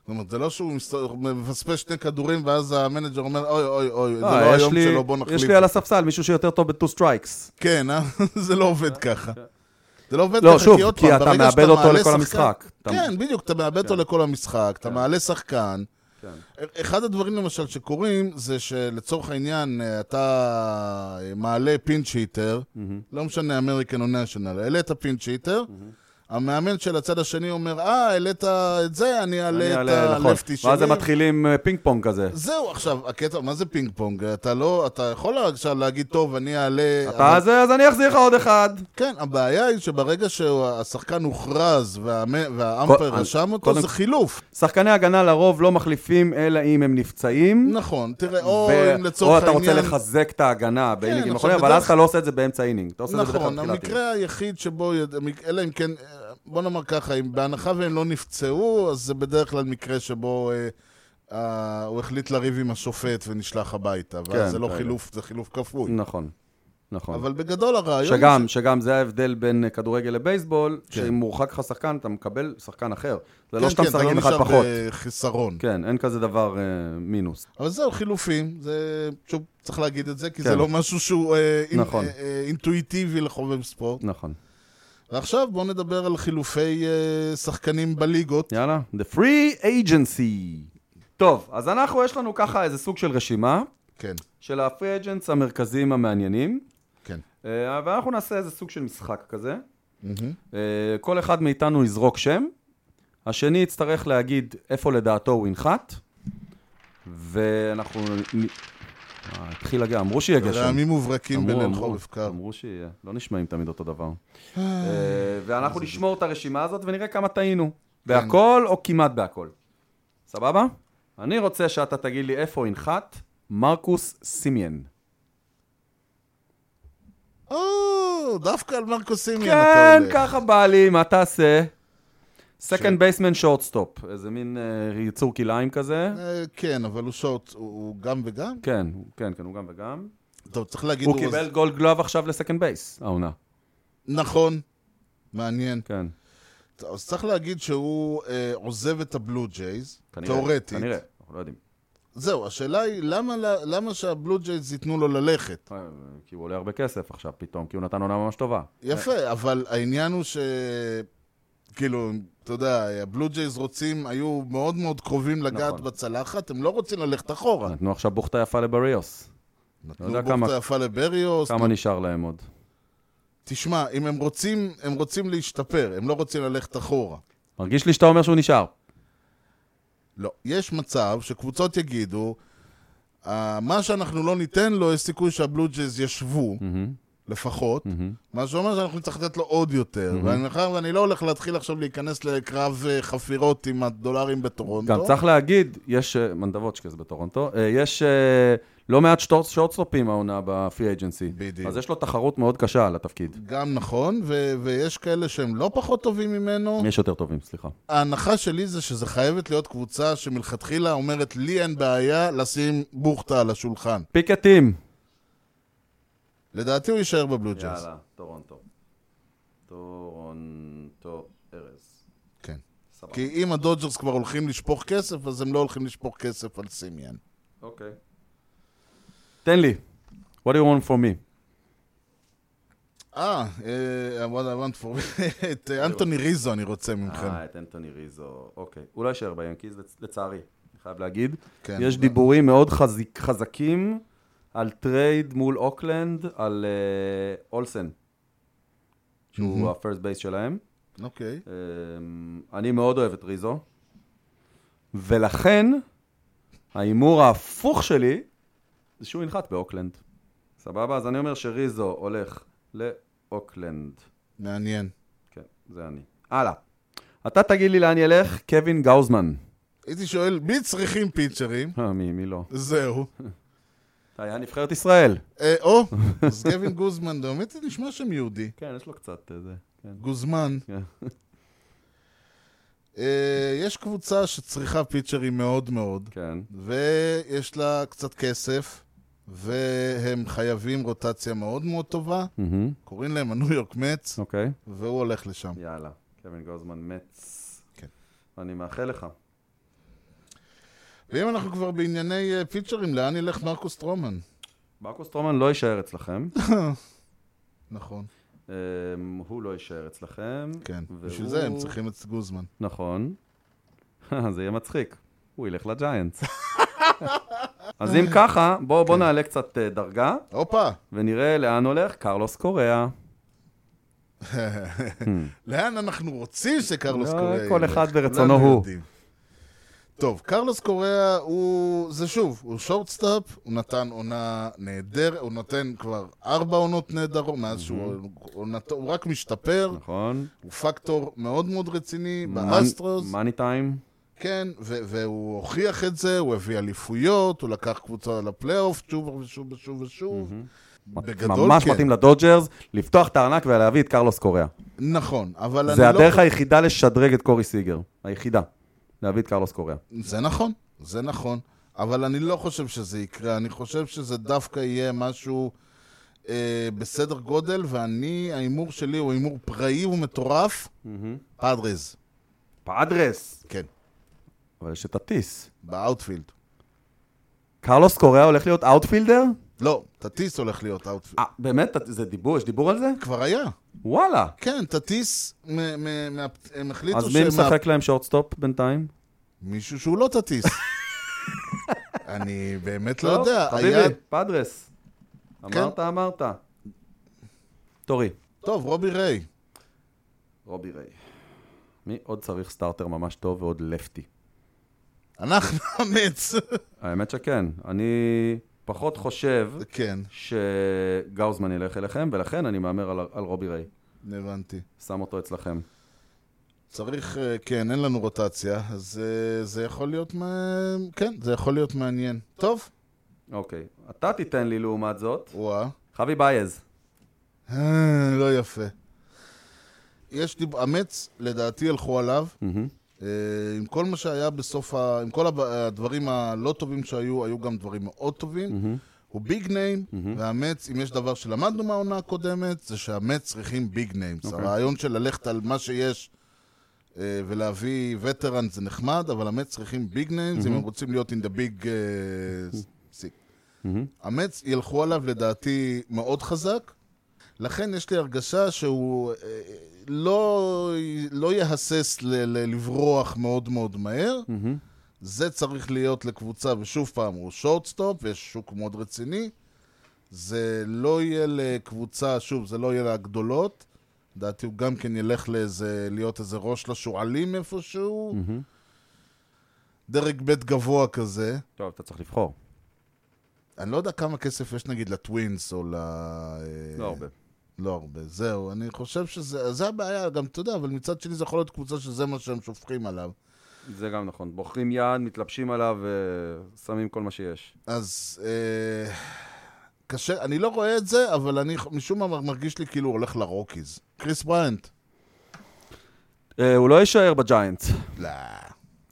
[SPEAKER 2] זאת אומרת, זה לא שהוא מסת- מפספס שני כדורים, ואז המנג'ר אומר, אוי, אוי, אוי, זה
[SPEAKER 1] אה,
[SPEAKER 2] לא
[SPEAKER 1] יש
[SPEAKER 2] היום
[SPEAKER 1] לי-
[SPEAKER 2] שלו, בוא נחליף.
[SPEAKER 1] יש לי על הספסל מישהו שיותר טוב ב-2 strikes.
[SPEAKER 2] כן, אה? זה לא עובד
[SPEAKER 1] כן,
[SPEAKER 2] ככה. זה לא עובד
[SPEAKER 1] לא,
[SPEAKER 2] ככה,
[SPEAKER 1] שוב,
[SPEAKER 2] כי עוד
[SPEAKER 1] כי
[SPEAKER 2] פעם,
[SPEAKER 1] אתה
[SPEAKER 2] ברגע
[SPEAKER 1] מאבד
[SPEAKER 2] שאתה
[SPEAKER 1] אותו
[SPEAKER 2] מעלה
[SPEAKER 1] לכל
[SPEAKER 2] שחקן-
[SPEAKER 1] המשחק. אתה-
[SPEAKER 2] כן, בדיוק, אתה מאבד אותו לכל המשחק, אתה מעלה שחקן. אה,
[SPEAKER 1] כן.
[SPEAKER 2] אחד הדברים למשל שקורים, זה שלצורך העניין, אה, אתה אה, מעלה פינצ' היטר, לא משנה אמריקן או נשיונל, העלית פינצ' היטר, המאמן של הצד השני אומר, אה, העלית את זה, אני
[SPEAKER 1] אני
[SPEAKER 2] אעלה את
[SPEAKER 1] אעלה, נכון.
[SPEAKER 2] הלפטי שלי.
[SPEAKER 1] ואז הם מתחילים אה, פינג פונג כזה.
[SPEAKER 2] זהו, עכשיו, הקטע, מה זה פינג פונג? אתה לא, אתה יכול עכשיו להגיד, טוב, אני אעלה... אבל-
[SPEAKER 1] אתה זה, אז אני אחזיר לך עוד אחד.
[SPEAKER 2] כן, הבעיה היא שברגע שהשחקן הוכרז והמ- והאמפר
[SPEAKER 1] קוד-
[SPEAKER 2] רשם אותו,
[SPEAKER 1] קודם-
[SPEAKER 2] זה חילוף.
[SPEAKER 1] שחקני הגנה לרוב לא מחליפים, אלא אם הם נפצעים.
[SPEAKER 2] נכון, תראה, או
[SPEAKER 1] ו-
[SPEAKER 2] אם לצורך
[SPEAKER 1] או אתה
[SPEAKER 2] העניין...
[SPEAKER 1] רוצה לחזק את ההגנה באינינגים
[SPEAKER 2] עכשיו,
[SPEAKER 1] האחרונים, אבל
[SPEAKER 2] בדרך-
[SPEAKER 1] אז אתה לא עושה את זה באמצע אינינג. אתה עושה את זה בדרך כלל
[SPEAKER 2] נכון,
[SPEAKER 1] בתחילת אינינג.
[SPEAKER 2] המקרה היחיד שבו, יד- המק- אלא אם כן, אה, בוא נאמר ככה, אם בהנחה והם לא נפצעו, אז זה בדרך כלל מקרה שבו אה, אה, הוא החליט לריב עם השופט ונשלח הביתה,
[SPEAKER 1] כן,
[SPEAKER 2] ואז זה לא
[SPEAKER 1] כאלה.
[SPEAKER 2] חילוף, זה חילוף כפוי.
[SPEAKER 1] נכון, נכון.
[SPEAKER 2] אבל בגדול הרעיון...
[SPEAKER 1] שגם, שגם זה ההבדל בין אה, כדורגל לבייסבול, שאם מורחק לך שחקן, אתה מקבל שחקן אחר. זה לא שאתה משחק עם אחד
[SPEAKER 2] כן. כן, כן, אתה
[SPEAKER 1] פחות.
[SPEAKER 2] לא נשאר בחיסרון.
[SPEAKER 1] כן, אין כזה דבר אה, מינוס.
[SPEAKER 2] אבל זהו, חילופים, זה, שוב, צריך להגיד את זה, כי
[SPEAKER 1] כן.
[SPEAKER 2] זה לא משהו שהוא אה, אינ-
[SPEAKER 1] נכון.
[SPEAKER 2] אה, אה, אינטואיטיבי לחובב ספורט.
[SPEAKER 1] נכון.
[SPEAKER 2] ועכשיו בואו נדבר על חילופי אה, שחקנים בליגות.
[SPEAKER 1] יאללה, The Free Agency. טוב, אז אנחנו, יש לנו ככה איזה סוג של רשימה
[SPEAKER 2] כן,
[SPEAKER 1] של ה-Free Agents המרכזיים המעניינים,
[SPEAKER 2] כן.
[SPEAKER 1] אה, ואנחנו נעשה איזה סוג של משחק כזה.
[SPEAKER 2] מהמם.
[SPEAKER 1] אה, כל אחד מאיתנו יזרוק שם, השני יצטרך להגיד איפה לדעתו הוא ינחת, ואנחנו... נ- אה, התחיל הגע, אמרו
[SPEAKER 2] לא,
[SPEAKER 1] שיהיה גשם.
[SPEAKER 2] רעמים מוברקים
[SPEAKER 1] אמרו,
[SPEAKER 2] בליל
[SPEAKER 1] אמרו,
[SPEAKER 2] חורף קר.
[SPEAKER 1] אמרו שיהיה, לא נשמעים תמיד אותו דבר. אה, ואנחנו נשמור את הרשימה הזאת ונראה כמה טעינו.
[SPEAKER 2] כן.
[SPEAKER 1] בהכל או כמעט בהכל. סבבה? אני רוצה שאתה תגיד לי איפה ינחת מרקוס סימיאן.
[SPEAKER 2] או, דווקא על מרקו סימיאן אתה
[SPEAKER 1] כן,
[SPEAKER 2] הולך.
[SPEAKER 1] ככה בא לי, מה תעשה? סקנד בייסמן שורטסטופ, איזה מין אה, יצור כלאיים כזה.
[SPEAKER 2] אה, כן, אבל הוא שורט, הוא- הוא גם וגם?
[SPEAKER 1] כן, הוא- כן, כן, הוא גם וגם.
[SPEAKER 2] טוב, צריך להגיד...
[SPEAKER 1] הוא
[SPEAKER 2] כאילו אז-
[SPEAKER 1] קיבל גולד גלוב עכשיו לסקנד בייס, העונה.
[SPEAKER 2] נכון, מעניין.
[SPEAKER 1] כן,
[SPEAKER 2] טוב, אז צריך להגיד שהוא אה, עוזב את הבלו ג'ייז,
[SPEAKER 1] כנראה.
[SPEAKER 2] תאורטית.
[SPEAKER 1] כנראה, אנחנו לא יודעים.
[SPEAKER 2] זהו, השאלה היא, למה, ל- למה שהבלו ג'ייז ייתנו לו ללכת?
[SPEAKER 1] אה, כי הוא עולה הרבה כסף עכשיו פתאום, כי הוא נתן עונה ממש טובה.
[SPEAKER 2] יפה, אבל העניין הוא ש... כאילו, אתה יודע, הבלו ג'ייז רוצים, היו מאוד מאוד קרובים לגעת
[SPEAKER 1] נכון.
[SPEAKER 2] בצלחת, הם לא רוצים ללכת אחורה.
[SPEAKER 1] נתנו עכשיו בוכתה יפה לבריאוס.
[SPEAKER 2] נתנו
[SPEAKER 1] יודע
[SPEAKER 2] בוכתה
[SPEAKER 1] כמה-
[SPEAKER 2] יפה לבריוס.
[SPEAKER 1] כמה נשאר להם עוד?
[SPEAKER 2] תשמע, אם הם רוצים, הם רוצים להשתפר, הם לא רוצים ללכת אחורה.
[SPEAKER 1] מרגיש לי שאתה אומר שהוא נשאר.
[SPEAKER 2] לא. יש מצב שקבוצות
[SPEAKER 1] Mm.
[SPEAKER 2] יגידו, "אה, מה שאנחנו לא ניתן לו, יש סיכוי שהבלו ג'ייז ישבו, לפחות, מה שאומר שאנחנו נצטרך לתת לו עוד יותר.
[SPEAKER 1] Mm-hmm.
[SPEAKER 2] ומאחר ואני לא הולך להתחיל עכשיו להיכנס לקרב אה, חפירות עם הדולרים בטורונטו.
[SPEAKER 1] גם צריך להגיד, יש אה, מנדבוצ'קס בטורונטו, אה, יש אה, לא מעט שטור- שורטסטופים העונה בפרי אג'נסי.
[SPEAKER 2] בדיוק.
[SPEAKER 1] אז יש לו תחרות מאוד קשה על התפקיד.
[SPEAKER 2] גם נכון, ו- ויש כאלה שהם לא פחות טובים ממנו.
[SPEAKER 1] יש יותר טובים, סליחה.
[SPEAKER 2] ההנחה שלי זה שזה חייבת להיות קבוצה שמלכתחילה אומרת, לי אין בעיה לשים בוכטה על השולחן.
[SPEAKER 1] פיקטים.
[SPEAKER 2] לדעתי הוא יישאר בבלו ג'אז.
[SPEAKER 1] יאללה, טורונטו. טורונטו, ארז.
[SPEAKER 2] כן.
[SPEAKER 1] סבבה.
[SPEAKER 2] כי אם הדודג'רס כבר הולכים לשפוך כסף, אז הם לא הולכים לשפוך כסף על סימיאן.
[SPEAKER 1] אוקיי. תן לי. What do you want for me?
[SPEAKER 2] אה, אה, what I want for me, את אה, אנטוני ריזו אני רוצה ממכם.
[SPEAKER 1] אה, את אנטוני ריזו. אוקיי. הוא לא יישאר ביאנקיז, לצ- לצערי. אני חייב להגיד.
[SPEAKER 2] כן,
[SPEAKER 1] יש
[SPEAKER 2] אבל-
[SPEAKER 1] דיבורים מאוד חזיק- חזקים על טרייד מול אוקלנד, על אה, אולסן, שהוא הפרסט בייס שלהם.
[SPEAKER 2] אוקיי.
[SPEAKER 1] אה, אני מאוד אוהב את ריזו, ולכן ההימור ההפוך שלי זה שהוא ינחת באוקלנד. סבבה? אז אני אומר שריזו הולך לאוקלנד.
[SPEAKER 2] מעניין.
[SPEAKER 1] כן, זה אני. הלאה. אתה תגיד לי לאן ילך קווין גאוזמן.
[SPEAKER 2] הייתי שואל, מי צריכים פיצ'רים?
[SPEAKER 1] אה, מי, מי לא?
[SPEAKER 2] זהו.
[SPEAKER 1] אתה היה נבחרת ישראל.
[SPEAKER 2] אה, או, אז גווין גוזמן, באמת זה נשמע שם יהודי.
[SPEAKER 1] כן, יש לו קצת אה, זה. כן.
[SPEAKER 2] גוזמן.
[SPEAKER 1] כן.
[SPEAKER 2] אה, יש קבוצה שצריכה פיצ'רים מאוד מאוד,
[SPEAKER 1] כן.
[SPEAKER 2] ויש לה קצת כסף, והם חייבים רוטציה מאוד מאוד טובה.
[SPEAKER 1] מהמם.
[SPEAKER 2] קוראים להם הניו יורק מצ,
[SPEAKER 1] אוקיי.
[SPEAKER 2] והוא הולך לשם.
[SPEAKER 1] יאללה. קווין גאוזמן מצ.
[SPEAKER 2] כן.
[SPEAKER 1] אני מאחל לך.
[SPEAKER 2] ואם אנחנו כבר בענייני אה, פיצ'רים, לאן ילך מרקוס טרומן?
[SPEAKER 1] מרקוס טרומן לא יישאר אצלכם.
[SPEAKER 2] נכון,
[SPEAKER 1] אמ, הוא לא יישאר אצלכם.
[SPEAKER 2] כן.
[SPEAKER 1] והוא-
[SPEAKER 2] בשביל זה הם צריכים את גוזמן.
[SPEAKER 1] נכון. אה, זה יהיה מצחיק. הוא ילך לג'יינטס. אז אם ככה, בואו
[SPEAKER 2] כן.
[SPEAKER 1] בוא נעלה קצת אה, דרגה,
[SPEAKER 2] הופה!
[SPEAKER 1] ונראה לאן הולך קרלוס קוריאה.
[SPEAKER 2] לאן אנחנו רוצים שקרלוס
[SPEAKER 1] לא,
[SPEAKER 2] קוריאה
[SPEAKER 1] כל
[SPEAKER 2] ילך?
[SPEAKER 1] אחד ברצונו
[SPEAKER 2] כולנו
[SPEAKER 1] הוא.
[SPEAKER 2] יודעים. טוב, קרלוס קוריאה הוא, זה שוב, הוא שורטסטאפ, הוא נתן עונה נהדרת, הוא נותן כבר ארבע עונות נהדרות, מאז שהוא, הוא נת- הוא רק משתפר,
[SPEAKER 1] נכון.
[SPEAKER 2] הוא פקטור מאוד מאוד רציני באסטרוס.
[SPEAKER 1] מאני טיים.
[SPEAKER 2] כן, ו- והוא הוכיח את זה, הוא הביא אליפויות, הוא לקח קבוצה לפלייאוף שוב ושוב ושוב ושוב. בגדול
[SPEAKER 1] ממש
[SPEAKER 2] כן.
[SPEAKER 1] מתאים לדודג'רס, לפתוח את הארנק ולהביא את קרלוס קוריאה.
[SPEAKER 2] נכון, אבל
[SPEAKER 1] זה
[SPEAKER 2] אני לא...
[SPEAKER 1] הדרך היחידה לשדרג את קורי סיגר. היחידה. להביא את קרלוס קוריאה.
[SPEAKER 2] זה נכון, זה נכון. אבל אני לא חושב שזה יקרה, אני חושב שזה דווקא יהיה משהו אה, בסדר גודל, ואני, ההימור שלי הוא הימור פראי ומטורף, פאדריז,
[SPEAKER 1] פאדרס.
[SPEAKER 2] כן,
[SPEAKER 1] אבל יש את הטיס.
[SPEAKER 2] באאוטפילד.
[SPEAKER 1] קרלוס קוריאה הולך להיות אאוטפילדר?
[SPEAKER 2] לא, טטיס הולך להיות אאוטפילד. אה,
[SPEAKER 1] אה, באמת? זה דיבור? יש דיבור על זה?
[SPEAKER 2] כבר היה.
[SPEAKER 1] וואלה.
[SPEAKER 2] כן, טטיס, מ- מ- מה- הם החליטו
[SPEAKER 1] אז מי
[SPEAKER 2] שהם
[SPEAKER 1] משחק להם שורטסטופ בינתיים?
[SPEAKER 2] מישהו שהוא לא תטיס. אני באמת לא
[SPEAKER 1] טוב,
[SPEAKER 2] יודע. היה... כן.
[SPEAKER 1] חביבי, פאדרס. אמרת, אמרת. תורי.
[SPEAKER 2] טוב, רובי ריי.
[SPEAKER 1] רובי ריי. מי עוד צריך סטארטר ממש טוב ועוד לפטי?
[SPEAKER 2] אנחנו אמץ.
[SPEAKER 1] האמת שכן. אני פחות חושב
[SPEAKER 2] כן,
[SPEAKER 1] שגאוזמן ילך אליכם, ולכן אני מהמר על, על רובי ריי.
[SPEAKER 2] הבנתי.
[SPEAKER 1] שם אותו אצלכם.
[SPEAKER 2] צריך, אה, כן, אין לנו רוטציה, אז אה, זה יכול להיות, מה- כן, זה יכול להיות מעניין. טוב,
[SPEAKER 1] אוקיי. אתה תיתן לי לעומת זאת.
[SPEAKER 2] וואה.
[SPEAKER 1] חבי בייז.
[SPEAKER 2] אה, לא יפה. יש דיב... אמץ, לדעתי הלכו עליו. אה, עם כל מה שהיה בסוף ה... עם כל הב- הדברים הלא טובים שהיו, היו גם דברים מאוד טובים. הוא ביג ניים, והמץ, אם יש דבר שלמדנו מהעונה הקודמת, זה שהמץ צריכים ביג ניימס. הרעיון של ללכת על מה שיש אה, ולהביא וטרן זה נחמד, אבל המץ צריכים ביג ניימס אם הם רוצים להיות in the big אה, sick. המץ ילכו עליו לדעתי מאוד חזק, לכן יש לי הרגשה שהוא אה, לא, לא יהסס ל, ל, לברוח מאוד מאוד מהר. זה צריך להיות לקבוצה, ושוב פעם, הוא שורטסטופ, ויש שוק מאוד רציני. זה לא יהיה לקבוצה, שוב, זה לא יהיה להגדולות. לדעתי הוא גם כן ילך לאיזה, להיות איזה ראש לשועלים איפשהו. דרג ב' גבוה כזה.
[SPEAKER 1] טוב, אתה צריך לבחור.
[SPEAKER 2] אני לא יודע כמה כסף יש נגיד לטווינס או ל... אה,
[SPEAKER 1] לא הרבה.
[SPEAKER 2] לא הרבה, זהו. אני חושב שזה זה הבעיה, גם אתה יודע, אבל מצד שני זה יכול להיות קבוצה שזה מה שהם שופכים עליו.
[SPEAKER 1] זה גם נכון. בוחרים יעד, מתלבשים עליו ושמים כל מה שיש.
[SPEAKER 2] אז אה, קשה, אני לא רואה את זה, אבל אני משום מה מרגיש לי כאילו הוא הולך לרוקיז. קריס בריינט.
[SPEAKER 1] אה, הוא לא יישאר בג'יינטס.
[SPEAKER 2] לא.